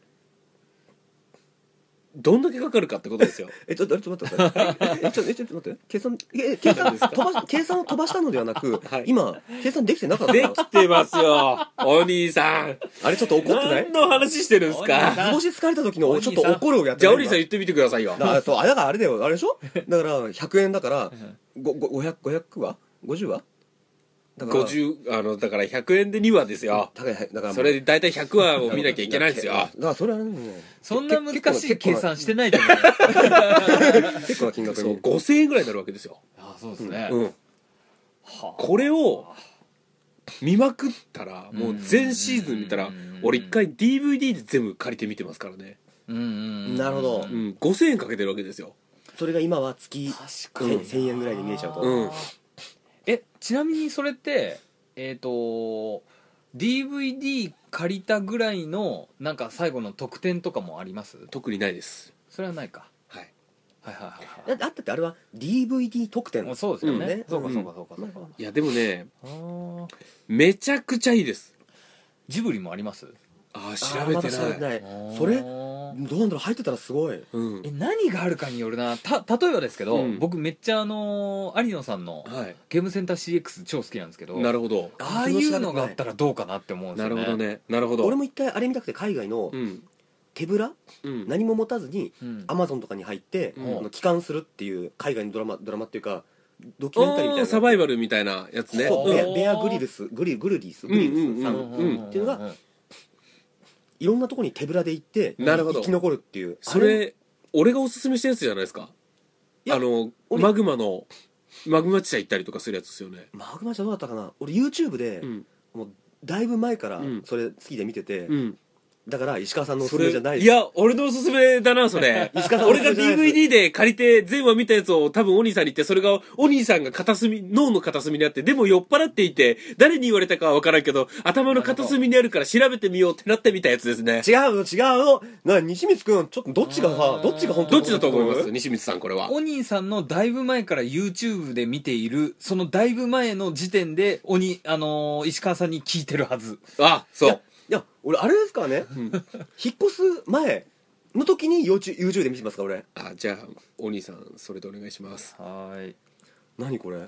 どんだけかかるかってことですよ
えちょっとちょっと待ってくださいえちょっとえちょっと待って計算え計算飛ば計算を飛ばしたのではなく、
はい
今計算できてなかった
できてますよお兄さん
あれちょっと怒ってない
何の話してるんです
お兄
か
さん
図星疲れた時のちょっと怒るをやって
じゃ
る
あお兄さん言ってみてくださいよ
だからそうあだからあれだよあれでしょだから100円だからごご500 500は50はだから
50あのだから100円で2話ですよ
高いはいだから
それで大体100話を見なきゃいけないんですよ
だからそれはね
そんな難しい
結構
計
な
算してないと思います
結構な金額
そう
に
5000円ぐらいになるわけですよ、
あそうですね、
うん、
はあ
これを見まくったらもう全シーズン見たら
うん
俺一回 DVD で全部借りて見てますからね、
うんうんうん
なるほど
う、ん、5000円かけてるわけですよ
それが今は月
確かに
1000円ぐらいで見れちゃうと
うん
えちなみにそれってえっ、と DVD 借りたぐらいのなんか最後の特典とかもあります
特にないです
それはないか
はい
はいはいはい
だってあったってあれは DVD 特典
はいそうですよね,、
うん
ね
そうかそうかそうかそうか、
いやでもね
あー
めちゃくちゃいいです
ジブリもあります
ああ
あ
調
ー
べ
ま
て
だ
ない,、
てないそ
あ
れ
ー
どうなんだろう入ってたらすごい
うん
え何があるかによるなた例えばですけど、
うん
僕めっちゃあのー有野さんの
はい
ゲームセンター CX 超好きなんですけど
なるほど
ああいうのがあったらどうかなって思うんです
な
よね
るほどねなるほど
俺も一回あれ見たくて海外の
うん
手ぶら
うん
何も持たずに
うん
アマゾンとかに入って、
うん
あの帰還するっていう海外のドラマドラマっていうかドキュメンタリーみたい
あ
な
ーサバイバルみたいなやつね
そ
う
う
ん
ベアベアグリルスグリグルリスグリルスさん、
うんうん
っていうのがいろんなとこに手ぶらで行って
なるほど
生き残るっていう
そ
あ
れ俺がおすすめしたやつじゃないですか
いや
あの
俺
マグマのマグマ地帯行ったりとかするやつですよね
マグマじゃどうだったかな俺 YouTube で、
うん
もうだいぶ前から
うん
それ好きで見てて、
うん
だから石川さんのおす
そ
すめ
れ
じゃない
いや俺のおすすめだなそれ
石川さんのお
俺
す
が
すめじゃないです
DVD で借りて全話見たやつを多分お兄さんに言ってそれがお兄さんが片隅脳の片隅にあってでも酔っ払っていて誰に言われたかは分からんけど頭の片隅にあるから調べてみようってなってみたやつですね
違うの違うのな西光くんちょっとどっちが
う
さ
ん
どっちが本当
どっ
の
ちだと思います西光さんこれは
お兄さんのだいぶ前から YouTube で見ているそのだいぶ前の時点でおに、あのー石川さんに聞いてるはず
あ
い
そ
や
う
いや俺あれですからね、
ん
引っ越す前の時に YouTube YouTube で見てますから俺
あじゃあお兄さんそれでお願いします
はい
何これ [LAUGHS]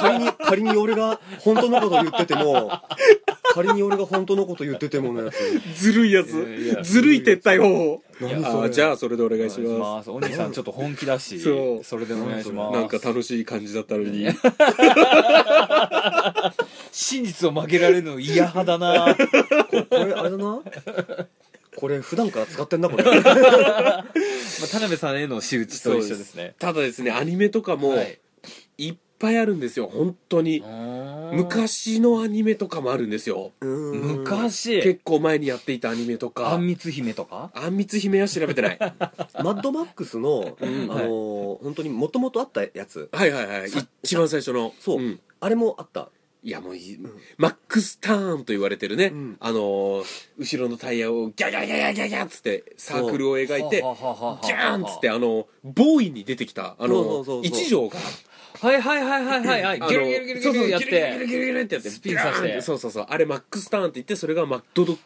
仮に仮に俺が本当のこと言ってても仮に俺が本当のこと言っててものやつ
ずるいやつ、
いやいや
ずるい撤退方法
何そ
あ
れ
じゃあそれでお願いし
お願い
ま
しますお兄さんちょっと本気だし
そう
[LAUGHS] それでお願いしますす
なんか楽しい感じだったのに
真実を曲げられるの嫌派だ [LAUGHS] な
ここれあれだなこれ普段から使ってんなこれ
まあ田辺さんへの仕打ちと一緒ですね
ただですねアニメとかも
はい
いっぱいあるんですよ本当に昔のアニメとかもあるんですよ
うーん
昔
結構前にやっていたアニメと
あ
か
んみつ姫とか
あんみつ姫は調べて [LAUGHS] ないは
マッドマックスの、
ん
あのー本当にもともとあったやつ
いはいはい
さ
一番最初の
そうんあれもあった
いやもういい、マックスターンと言われてるね、
うん
あのー後ろのタイヤをギャギャギャギャギャギャっつってサークルを描いて
ははははは
ギャーンっつってあのボーイに出てきたあ
そう
の
そうそうそう
一条が
はいはいはいはいはいはい
あの
ギュルギュルギュルギ
そう
ュ
そう
ルやっ
ギュルギュルギュルギ
て
ュルってやって
スピンさせて
ビャーンっそうそうそうあれマックスターンって言ってそれがマッドド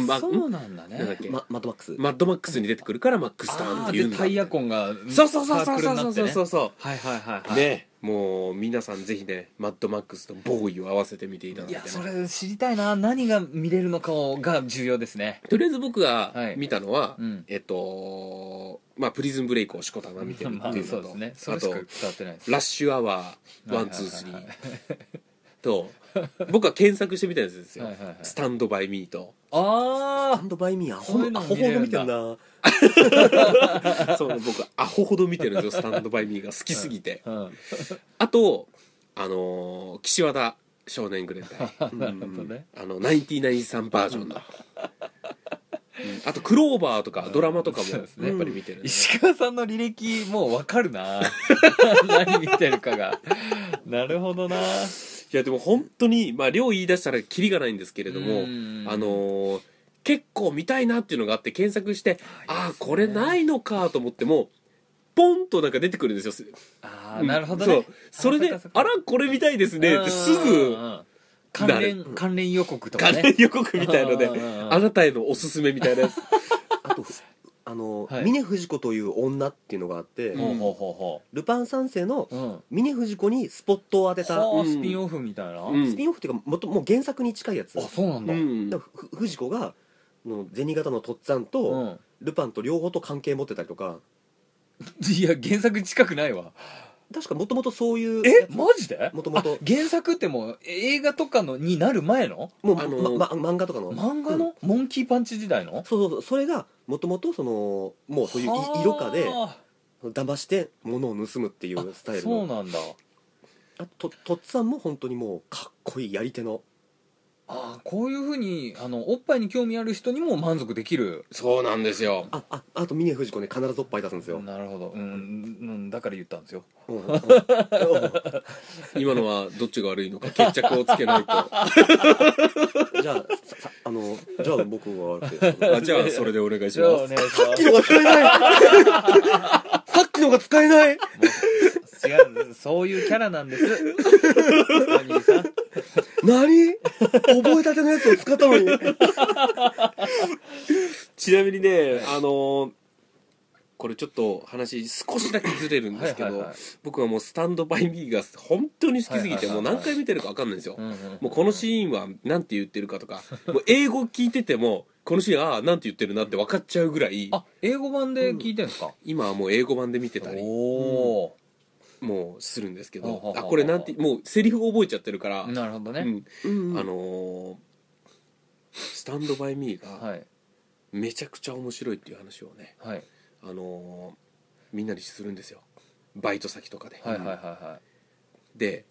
マ
あそう
マ
なんだ
なんだっ
ね
け
ママッドマックス
マッドマックスに出てくるからマックスターンって
あー
言うん
で
だ
タイヤ痕が
そうそうそう
サ
そ
ー
う
クル
そ
にな
う
って
そう
ね
そうそ
はいはいはい
う
はい
ねもう皆さんぜひねマッドマックスとボーイを合わせてみていただい
い
て、
や
ね、
それ知りたいな何が見れるのかをが重要ですね
とりあえず僕が
はい
見たのは、
うん
えっとまあプリズンブレイクをしこたま見てる
ま
っ
あ
ていう
そう
の
です
と、
ねそ
あ
れし
と
か伝わってないです
ラッシュアワーワンツースリ
は
ー
いはいはい
と僕は検索してみたやつですよ、
はいはいはい
スタンドバイミー
[LAUGHS]
と
あ
アンドバイミーアホ
そういう
ア
のも
ホほど見てん
見れ
な
そう僕アホほど見てるんですよスタンドバイミーが好きすぎて、
あ、うん、
あとあのー岸和田少年グレン隊
[LAUGHS] なるほどね
あの99さんバージョンの、うんあとクローバーとかドラマとかも
そう
や
ですね
っぱり見てるんで
石川さんの履歴もうわかる [LAUGHS] な何見てるかがなるほどない
やでも本当にまあ量言い出したらキリがないんですけれども
うん
あのー結構見たいなっていうのがあって検索してああこれないのかと思ってもポンとなんか出てくるんですよす
あーなるほど
そ
ね
うそれで
あそっかそ
「
っか
あらこれ見たいですね」ってす
うんう
ぐ
んうん関連関連予告とか
関
ね
連予告みたいので
うんうんうん
あなたへのおすすめみたいなやつ
あとあの、
はい
峰不二子という女っていうのがあって、
うん
ほうほうほ
ルパン三世の
うほううん
峰不二子にスポットを当てた、
はあ
うん
スピンオフみたいな、
うん
スピンオフっていうかもっともう原作に近いやつ
あそうなん
う
だ、
ん
だからふふ藤子がの銭形のとっつぁんと、
うん
ルパンと両方と関係持ってたりとか
いや原作近くないわ
確かもともとそういう
え
やつ
マジで
もともと
あ原作ってもう映画とかのになる前の
もう、
あの
まま漫画とかの
漫画
うん
の、モンキーパンチ時代の
そうそうそうそれがもともとそのもうそういう
はあ
い色化で騙して物を盗むっていうスタイル
そう
の
なんだ
あとととっつぁんも本当にもうかっこいいやり手の
ああこういうふうにあのおっぱいに興味ある人にも満足できる
そうなんですよ
あああと峰不二子ね必ずおっぱい出すんですよ、
なるほどうん、うん、だから言ったんですよ
うんうんうんう
今のはどっちが悪いのか決着をつけないとあ
んじゃあささあのじゃあ僕は悪くて
[LAUGHS]
じゃあそれでお願いし
じゃあ
ま
お
す
願いし
さっきのが使えないさっきのが使えない
ます違うそういうキャラなん
[LAUGHS]
ですお兄さん
何覚えたてのやつを使ったのに
ちなみにね、あのーこれちょっと話少しだけずれるんですけど、
はいはいはい
僕はもうスタンドバイミーが本当に好きすぎ
はいはいはい
て、
はい
もう何回見てるか分かんないんですよ。
うんうん
もうこのシーンは何て言ってるかとか、もう英語聞いてても、このシーン、ああ、何て言ってるなって分かっちゃうぐらい、
あ英語版で聞いてんですか、
今はもう英語版で見てた
お
り、
お
もうするんですけ
ほうほう
ど
ほ、う
あ、これなんて、もうセリフ覚えちゃってるから、
ー、なるほど
う
ね、
ん、
うん
あのースタンドバイミーが
はい
めちゃくちゃ面白いっていう話をね、
はい
あのーみんなにするんですよバイト先とかで、
はいはいはいは
で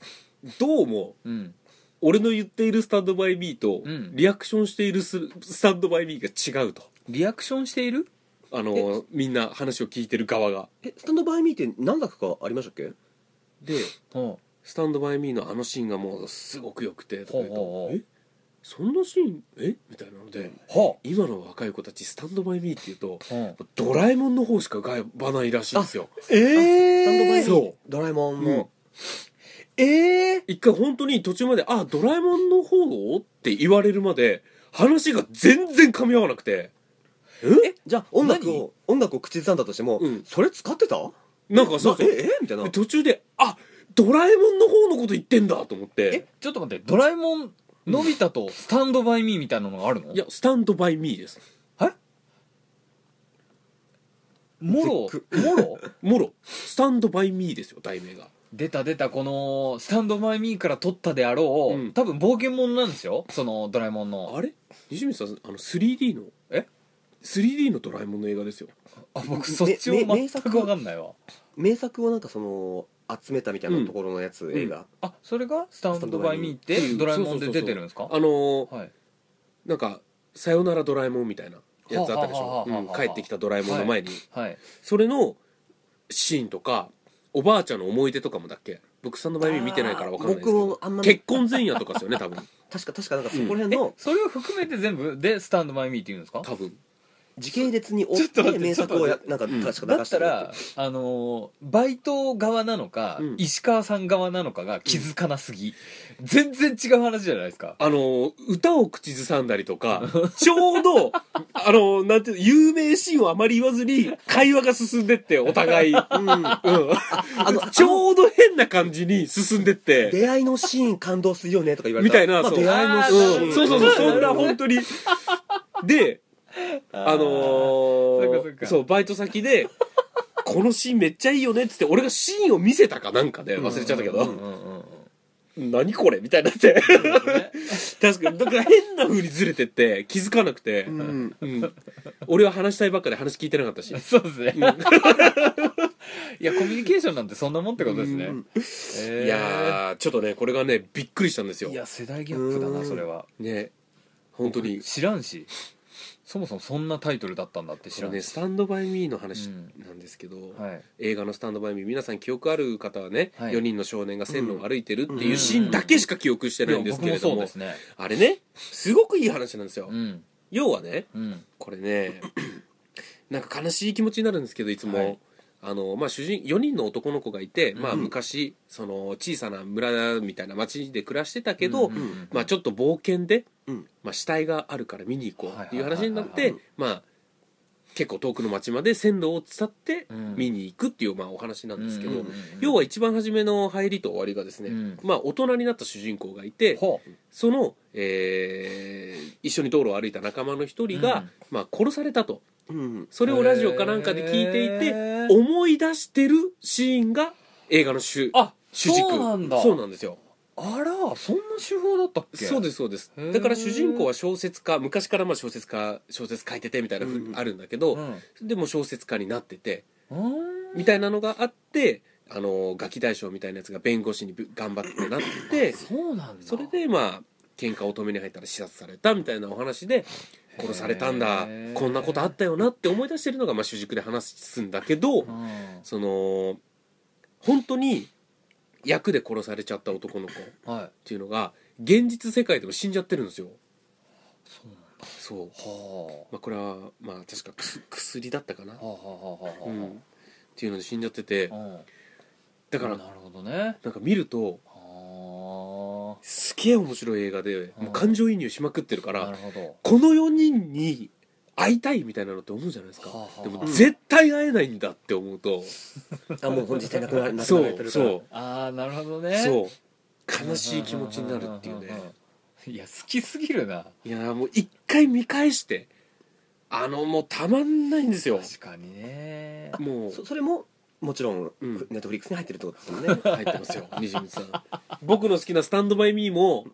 どうも
いうん
俺の言っているスタンドバイミーと
うん
リアクションしているススタンドバイミーが違うと、
リアクションしている
あのーみんな話を聞いてる側が
えスタンドバイミーって何作かありましたっけ
で
うん
スタンドバイミーのあのシーンがもうすごく良くてとか言うと
ほうほうほう
えそんなシーンえみたいなので
は
今の若い子たちスタンドバイミーって言うと
あ、うん、
ドラえもんの方しか浮かばないらしいんですよ
スタンドバイミー
そ
ドラえもん
うん
の、
ええ
一回本当に途中まで「あドラえもんの方を?」って言われるまで話が全然噛み合わなくて
じゃあ音楽を音楽を口ずさんだとしても、
うん
それ使ってた
なんかそうそう
なええみたいな
で途中で「あドラえもんの方のこと言ってんだと思って
えちょっと待ってドラえもんのび太とスタンドバイミーみたいなのがあるの
いやスタンドバイミーです
もろもろ
もろスタンドバイミーですよ題名が
出た出たこのスタンドバイミーから撮ったであろう、
うん
多分冒険者なんですよそのドラえもんの
あれ西光さんあの 3D の
え
3D のドラえもんの映画ですよ
あ僕そっちを
めめ
全く分かんないわ
名作をなんかその集めたみたいなところのやつ、
ん
映画、
あそれがスタンドバイミーっ
スタ
て
ン
ド
ドバ
ラえ
イミー
もんで出てるんですか
あのー
はい
なんか「さよならドラえもん」みたいなやつあったでし
はあはあは
ょ
あはあ
うん帰ってきたドラえもんの前に、
はい
それのシーンとかおばあちゃんの思い出とかもだっけ僕さんの場合見てないからわかんないですけ
僕も
ど
あんまり
結婚前夜とかですよね多分
確か確かなんかそこら
え
辺の
それを含めて全部でスタンドバイミーって言うんですか
多分
時系列に追
ちょっと
っ
待ってて
名作をやなんか
っと待って
確か
だ
流
っ
して
た
る
らあのーバイト側なのか、
うん
石川さん側なのかが気づかなすぎ、全然違う話じゃないですか
あの歌を口ずさんだりとかちょうどあのなんていうの有名シーンをあまり言わずに会話が進んでってお互い、うん、
うんあの
ちょうど変な感じに進んでって
出会いのシーン感動するよねとか言われ
み
た
た
ら
いな、
まあ
そう
出会いのシ
う
ー
ん
ン
そうそうそうそんな
ほ
本当
[LAUGHS]
にであのー
そっかそっか
そうバイト先で「このシーンめっちゃいいよね」っつって俺がシーンを見せたかなんかで忘れちゃったけど「
うんうんうんうん
何これ」みたいになって確かにだから変な風にずれてって気づかなくて、
うんうん
うん俺は話したいばっかで話聞いてなかったし
[LAUGHS] そうです [LAUGHS] ね、いやコミュニケーションなんてそんなもんってことですね、
うん
い
えー
やーちょっとねこれがねびっくりしたんですよ
いや世代ギャップだ
う
なんそれは
ね本当に
知らんしそもそもそんなタイトルだったんだって知
これ
らん
ね
し、
スタンドバイミーの話
うん
なんですけど、
はい
映画の「スタンドバイミー」皆さん記憶ある方はね、
はい
4人の少年が線路を歩いてるって
ん
いうシーンだけしか記憶してないんですけれども,、
いや僕もそうですね
あれねすごくいい話なんですよ、
うん
要はね
うん
これね [CLEARS THROAT] なんか悲しい気持ちになるんですけどいつも、
はい
あのまあ、主人4人の男の子がいて、まあ、
うん
昔その小さな村みたいな町で暮らしてたけど、
うんうんうん
まあ、ちょっと冒険で、
うん
まあ、死体があるから見に行こうっていう
はいはいは
話
い
になっ
はい
てまあ結構遠くの町まで線路を伝って
うん
見に行くっていう、まあ、お話なんですけど、
うんうんうんうん
要は一番初めの入りと終わりがですね、
うん
まあ、大人になった主人公がいて
ほう
その、えー一緒に道路を歩いた仲間の一人が、
うん
まあ、殺されたと
うん
それをラジオかなんかで聞いてい
へ
て、
ー
思い出してるシーンが映画の主
あ
主軸
そうなんだ
そうなんですよ
あらそんな手法だったっけ
そうですすそうです
へー
だから主人公は小説家昔からまあ小説家小説書いててみたいなふう
う
に
ん
あるんだけど、
うん
でも小説家になってて
うん
みたいなのがあってあのガキ大将みたいなやつが弁護士にぶ頑張ってなって
そうなんだ
それでまあ喧嘩を止めに入ったら刺殺されたみたいなお話で殺されたんだ
へー
こんなことあったよなって思い出してるのがまあ主軸で話すんだけど
うん
その本当に役で殺されちゃった男の子っ
はい
ていうのが現実世界でも死んじゃってるんですよ
そうなんだ
そう
は
まあ、これはまあ確かくす薬だったかな、
あはあはあはあはあ
うん、っ
は
ていうので死んじゃってて
あうん
だから
なるほどね
なんか見ると
あー
すげえ面白い映画で
うん
もう感情移入しまくってるか
な
ら
るほど
この4人に会いたいみたいなのって思うじゃないですか
はあはあ
でも絶対会えないんだって思うと
あもう本日でなくななくな
そ
られて
う
るから
そ
ああなるほど
う
ね
そう悲しい気持ちになるっていうね
いや好きすぎるない
やもう一回見返してあのもうたまんないんですよ
確かにね
もう
そそれももちろん、
うん
ネットフリックスに入ってるってことですもんね
[LAUGHS] 入って
[LAUGHS]
ますよ西光さん僕の好きな「スタンドバイミー」も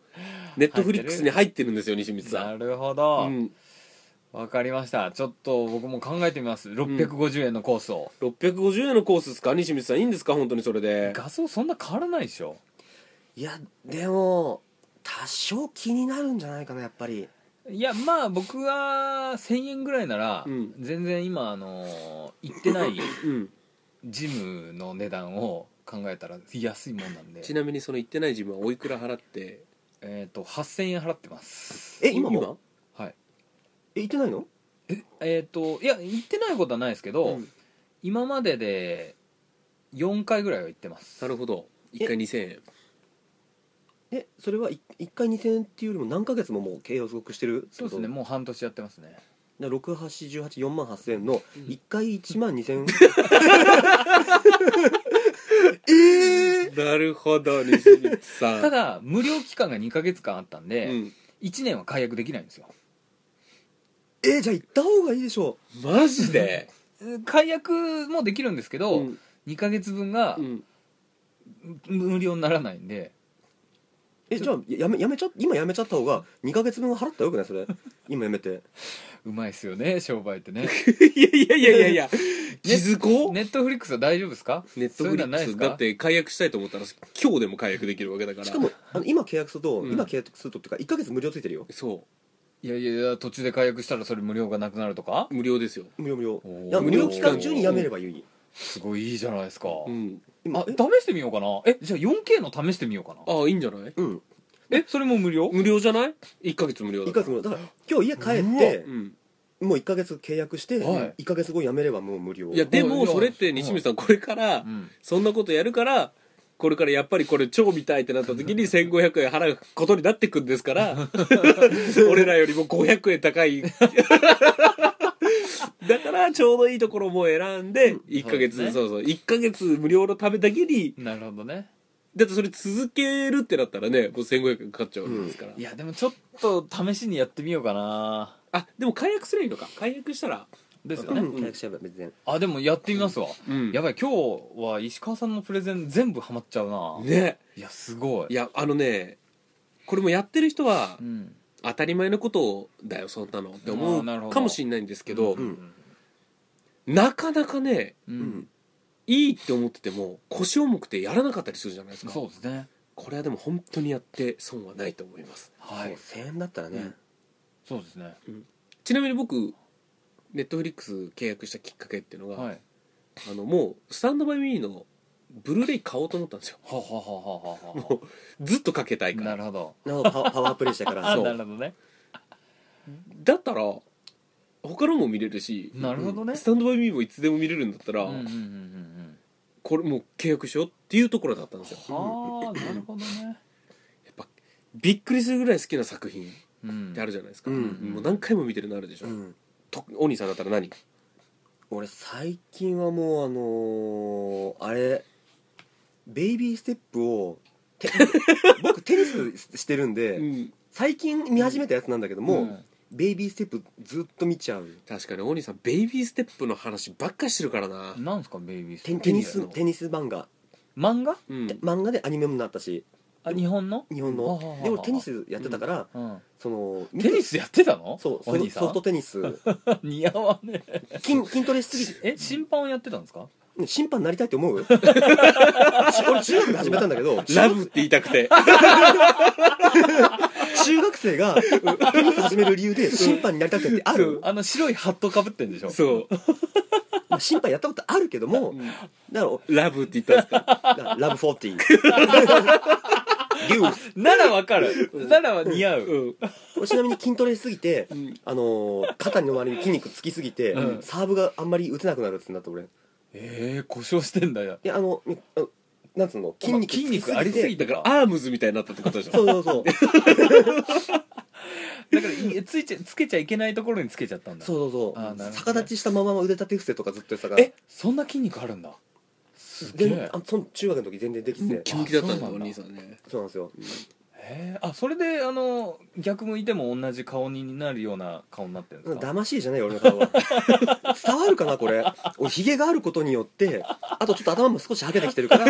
ネットフリックスに入ってるんですよ西光さ、
なんるほ
う
ど
ん、
わかりましたちょっと僕も考えてみます650円のコースを
650円のコースですか西光さんいいんですか本当にそれで
画像そんな変わらないでしょ
いやでも多少気になるんじゃないかなやっぱり
いやまあ僕は1000円ぐらいなら
うん
全然今あのー行ってない
うん
ジムの値段を考えたら安いもんなんで
ちなみにその行ってない自分はおいくら払って
えっと8000円払ってます
え今も
はい
え行ってないの
えっといや行ってないことはないですけ
う
ど
ん
今までで4回ぐらいは行ってます
なるほど1回2000円
えそれは 1, 回2000円っていうよりも何ヶ月ももう継続してる
そうですねもう半年やってますね
6818万8000円の
ん [LAUGHS]
1回1万2000円ええ
なるほど西光さん
ただ無料期間が2ヶ月間あったんで、
うん、
1年は解約できないんですよ
えじゃあ行った方がいいでしょ
マジで、
解約もできるんですけ
う、
ど、2ヶ月分が
うん、
無料にならないんで、
えじゃあやめやめちゃ今やめちゃった方が2ヶ月分払ったらよくないそれ今やめて
うまいっすよね商売ってね
いやいやいやいやいや [LAUGHS] 気づこう
ネットフリックスは大丈夫ですか
ネット
そうい
フ
う
リ
の
ッ
はな
ク
いです
ス
か
だって解約したいと思ったら今日でも解約できるわけだから
しかもあの今契約すると、
うん
今契約するとっていうか1ヶ月無料ついてるよ
そ
いやいやいや途中で解約したらそれ無料がなくなるとか
う無料ですよ
無料無料
おー
いや無料期間中にやめればいいに
すごいいいじゃないですか、
うん
今
あ
え
試してみようかなえじゃあ 4K の試してみようかな
ああいいんじゃない
うん
えそれも無料
無料じゃない1ヶ月無料
1
だ
ヶ
から
月無料だから今日家帰って
うん
もう1ヶ月契約して、
はい
1ヶ月後やめればもう無料
いやで
い
も
や
それって西見さんこれから
うん
そんなことやるからこれからやっぱりこれ超見たいってなった時に1500円払うことになってくんですから
[LAUGHS]
俺らよりも500円高いだからちょうどいいところも選んで1ヶ月
そうですね
そうそう1ヶ月無料のためだけに
なるほどね
だってそれ続けるってなったらねもう1500円かかっちゃうんですから
いやでもちょっと試しにやってみようかな
あでも解約すればいいのか解約したら
ですよ
う
ね、
ん契約しちゃえば別然
あでもやってみますわ、
うん
やばい今日は石川さんのプレゼン全部ハマっちゃうな、
ね
いやすごい
いやあのねこれもやってる人は
うん
当たり前のことだよそんなのって思
あーなるほ
う
ど
かもしれないんですけど
うん
なかなかね
う
うんん、
いいって思ってても腰重くてやらなかったりするじゃないですか
そうですね
これはでも本当にやって損はないと思います
は
も
いう
1000円だったらね、
そうですね
ちなみに僕ネットフリックス契約したきっかけっていうのが、
はい
あのもうスタンドバイミーのブルーレイ買おうと思ったんですよ
はははははは
もうずっとかけたいか
な
ら
るほど
なるほどパワーパワープレイしたか
[LAUGHS]
ら
あ
そう
なるほどね
だったら他のも見れるし
なるほどね
スタンドバイミーもいつでも見れるんだったら、
うんうんうんうん
これもう契約しようっていうところだったんですよ
うんはあなるほどね
やっぱびっくりするぐらい好きな作品っ
うん
てあるじゃないですか、
うん
もう何回も見てるのあるでしょ、
うん、
とお兄さんだったら何
俺最近はもうあのーあれベイビーステップを
[LAUGHS]
て僕テニスしてるんで、
うん
最近見始めたやつなんだけども、
うん
ベイビーステップずっと見ちゃう
確かにお兄さんベイビーステップの話ばっかりしてるからな
なんすかベイビーステ
テ
ップ
テニス
の
テニス漫画
漫画
うん
漫画でアニメもなったし
あ日本の
日本
は
の
ははは
で俺テニスやってたから、
うん
その
テニ
ス
スやってたの
そう
お
ソ
兄
フ
さ
ソフト
ん
テニ
[LAUGHS]
ス
似合わねえ
筋筋トレしす
え審判をやってたんですか
ぎ審判になりたいって
[LAUGHS]
思う俺中学で始めたんだけど
ラブって言いたくて
中学生がテニス始める理由で審判になりたくてってある
あの白いハットかぶってんでしょ
そ
まあ審判やったことあるけども
う、
だか
ラブって言ったんですから
[LAUGHS]
だからラブ40リュウス
ならわかるならは似合う
うん
俺ちなみに筋トレしすぎて
うん
あのー肩の周りに筋肉つきすぎて、
うん
サーブがあんまり打てなくなるってなって俺い
ええ故障してんだよ
やあのみあのなんつうの筋肉
筋肉ありすぎ
て
たから
アームズみたいになったってことでし
そ
ょ
うそう
[LAUGHS]
そうそう
だからいついちゃつけちゃいけないところにつけちゃったんだ
そうそ
あーなるほど
う
ね
逆立ちしたまま腕立て伏せとかずっとやってたから
えそんな筋肉あるんだすげ
全
え
あその中学の時全然できてて
キムキだったんだ
あ
お
そうなんだ
兄さんね
そうなんですよ
へえあそれであの逆向いても同じ顔になるような顔になってるんですか
騙しいじゃないよ俺の顔は [LAUGHS] 伝わるかなこれ俺ヒゲがあることによってあとちょっと頭も少しはげてきてるから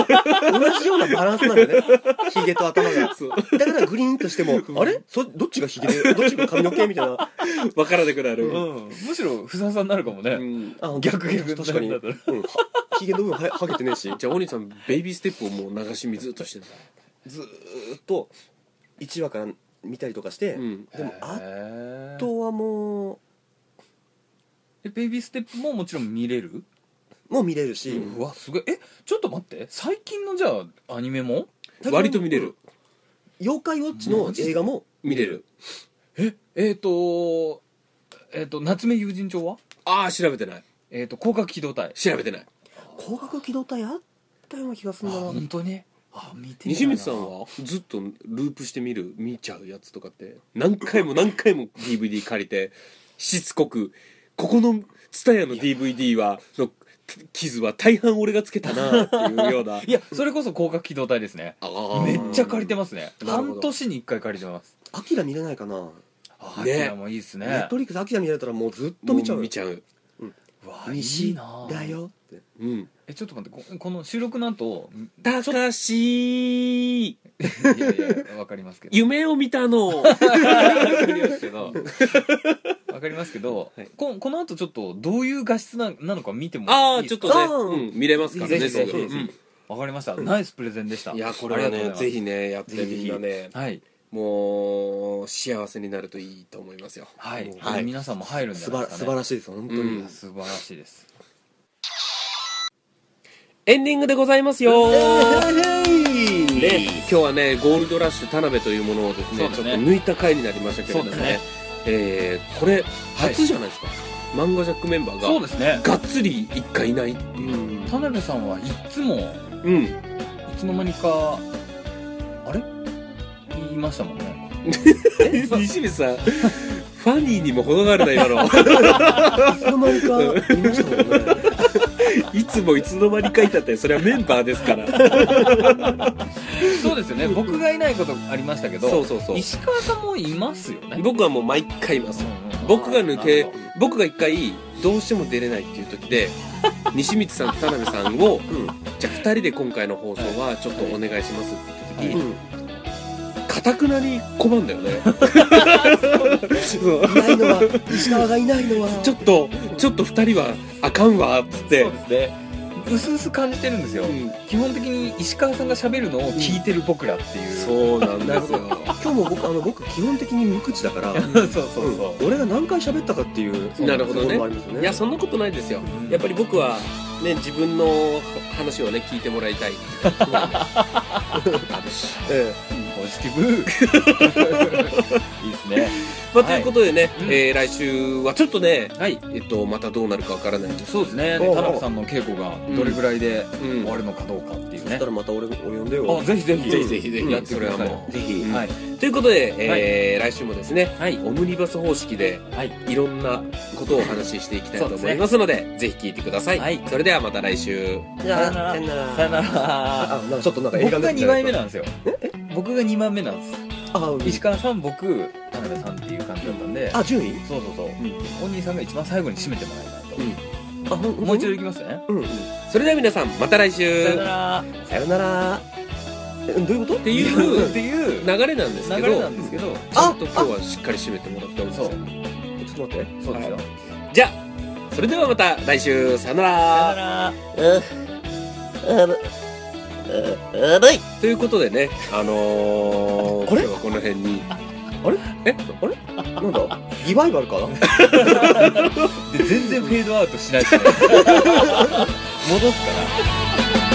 同じようなバランスなんだよねヒゲと頭が
そう
だからグリーンとしてもあれそどっちがヒゲでどっちが髪の毛みたいな
分からなくなる、
うん、むしろ不沢さんになるかもね、
うん
あ
[LAUGHS]
逆逆
確かに、
なん
う、
だろうん
はヒゲの部分ははげてねえし
じゃあお兄さんベイビーステップをもう流し見ずっとしてんだ
ずーっと1話から見たりとかして、
うん
でもあ
へえ
とはも
えベイビーステップももちろん見れる、
うもう見れるし、
うわすごいえちょっと待って最近のじゃあアニメも
割と見れる
妖怪ウォッチの映画も
見れる
ええっ、とえっ、と夏目友人帳は
ああ調べてない
えっ、と広角機動隊
調べてない
光学機動隊あったような気がす
あ
るんだな
本当にあ見てない
西
な
光さんはずっとループして見る見ちゃうやつとかって何回も何回も DVD 借りてしつこくここの TSUTAYA の DVD はの傷は大半俺がつけたなっていうような
いやそれこそ広角機動隊ですねめっちゃ借りてますね
なるほど
半年に1回借りてます
アキラ見れないかな
あ
ね
あもいいです
ネッ
ね
トリックスアキラ見られたらもうずっと見ちゃう
もう
よ
見ちゃう
うわいい
西
な
だよってうん
えちょっと待ってここの収録の後
たかし
いやいやわかりますけど
夢を見たの
わかりますけどわかりますけど、
はい
ここの後ちょっとどういう画質ななのか見ても
あ
い
[LAUGHS] あ
いで
ちょ
す
っ
か
とね、
あー
うん見れますからね
ぜひぜひ
すぐ
ぜひ
わかりましたナイスプレゼンでした
いやこれはねぜ
ひ
ひねやってみんなね
はい
もう幸せになるといいと思いますよ
はい、
はい
これ皆さんも入るんじゃ
素
ない
晴
で
ら
すかね
素晴らしいです本当
う
に
ん
いや素晴らしいです
エンディングでございますよ
はい
ね、今日はねゴールドラッシュ田辺というものをですね
そ
ち
うで
ょ
す
っと
ね
抜いた回になりましたけれどもね
そうですね
えーこれ初じゃないですか、漫画ジャックメンバー
そう
が
ですね
がっつり一回いないっていう
うん
田辺さんはいっつもい
うん
つの間にかあれ言いましたもんね
西光さんファニーにも程があるな今
[LAUGHS]
の
いつの間にか見ましたもんね
いつもいつの間に書いたってそれはメンバーですから
そうですよね僕がいないことありましたけど
そうそうそう
石川さんもいますよね
僕はもう毎回います
うんうん
僕が抜け
なるほど
僕が一回どうしても出れないっていう時 [LAUGHS] で西光さんと田辺さんを
うん
じゃあ2人で今回の放送はちょっとお願いしますって言った時
う
に
ん
かたくなに拒んだよねそう
いないのは石川がいないのは
[LAUGHS] ちょっとちょっと2人はあかんわっつって
そうですねうすうす感じてるんですよ、
うん
基本的に石川さんが喋るのを聞いてる僕らっていう、
そうなんですよ
今日も僕あの僕基本的に無口だから
[LAUGHS] そうそうそうそう
うん俺が何回喋ったかっていう
なるほどね
そういうところもありますね
いやそんなことないですよ
うん
やっぱり僕はね自分の話をね聞いてもらいたいあるし
え
ポジティブいいですね
まあ、ということでね、
うん
えー来週はちょっとね、
はい
えっと、またどうなるかわからないんです
そうですね
お
で
うおう
田辺さんの稽古がどれぐらいで
うん
終わるのかどうかってい
え
う
そし
ね
た、らまた俺俺呼んで
あ
よ
ぜひぜひ
ぜひぜひぜひ
やってください
それはもう
ぜひ
うん
はい
ということで、えー来週もですね
はい
オムニバス方式で
はい
いろんなことをお話ししていきたいと
そうです
思
ね
いますのでぜひ聞いてください、
はい
それではまた来週
じゃあさよな
さよ
ら
な
あ
ら
なんかちょっとなんか映
僕
画
が
出てき
2
た
枚目なんですよ僕が2番目なんです
あうん
石川さん僕田辺さんっていう感じだったんで
あ順位
そうそうそう、
ん
お兄さんが一番最後に締めてもらえないと、
うん
あほん
もう一度いきますね
うんうん
それでは皆さんまた来週
さよなら
さよならえどういうこと
っていう
っていう
流れなんですけ
流
ど
れなんですけ
ち
ど
ょっと今日はしっかり締めてもらっております
そう
ちょっと待って
そうですよ
じゃあそれではまた来週さよなら
さよなら
ええええばい
ということでねあのー、
あれ
今日はこの辺に
なんだリバイバルかな [LAUGHS]
で全然フェードアウトしないしね戻すから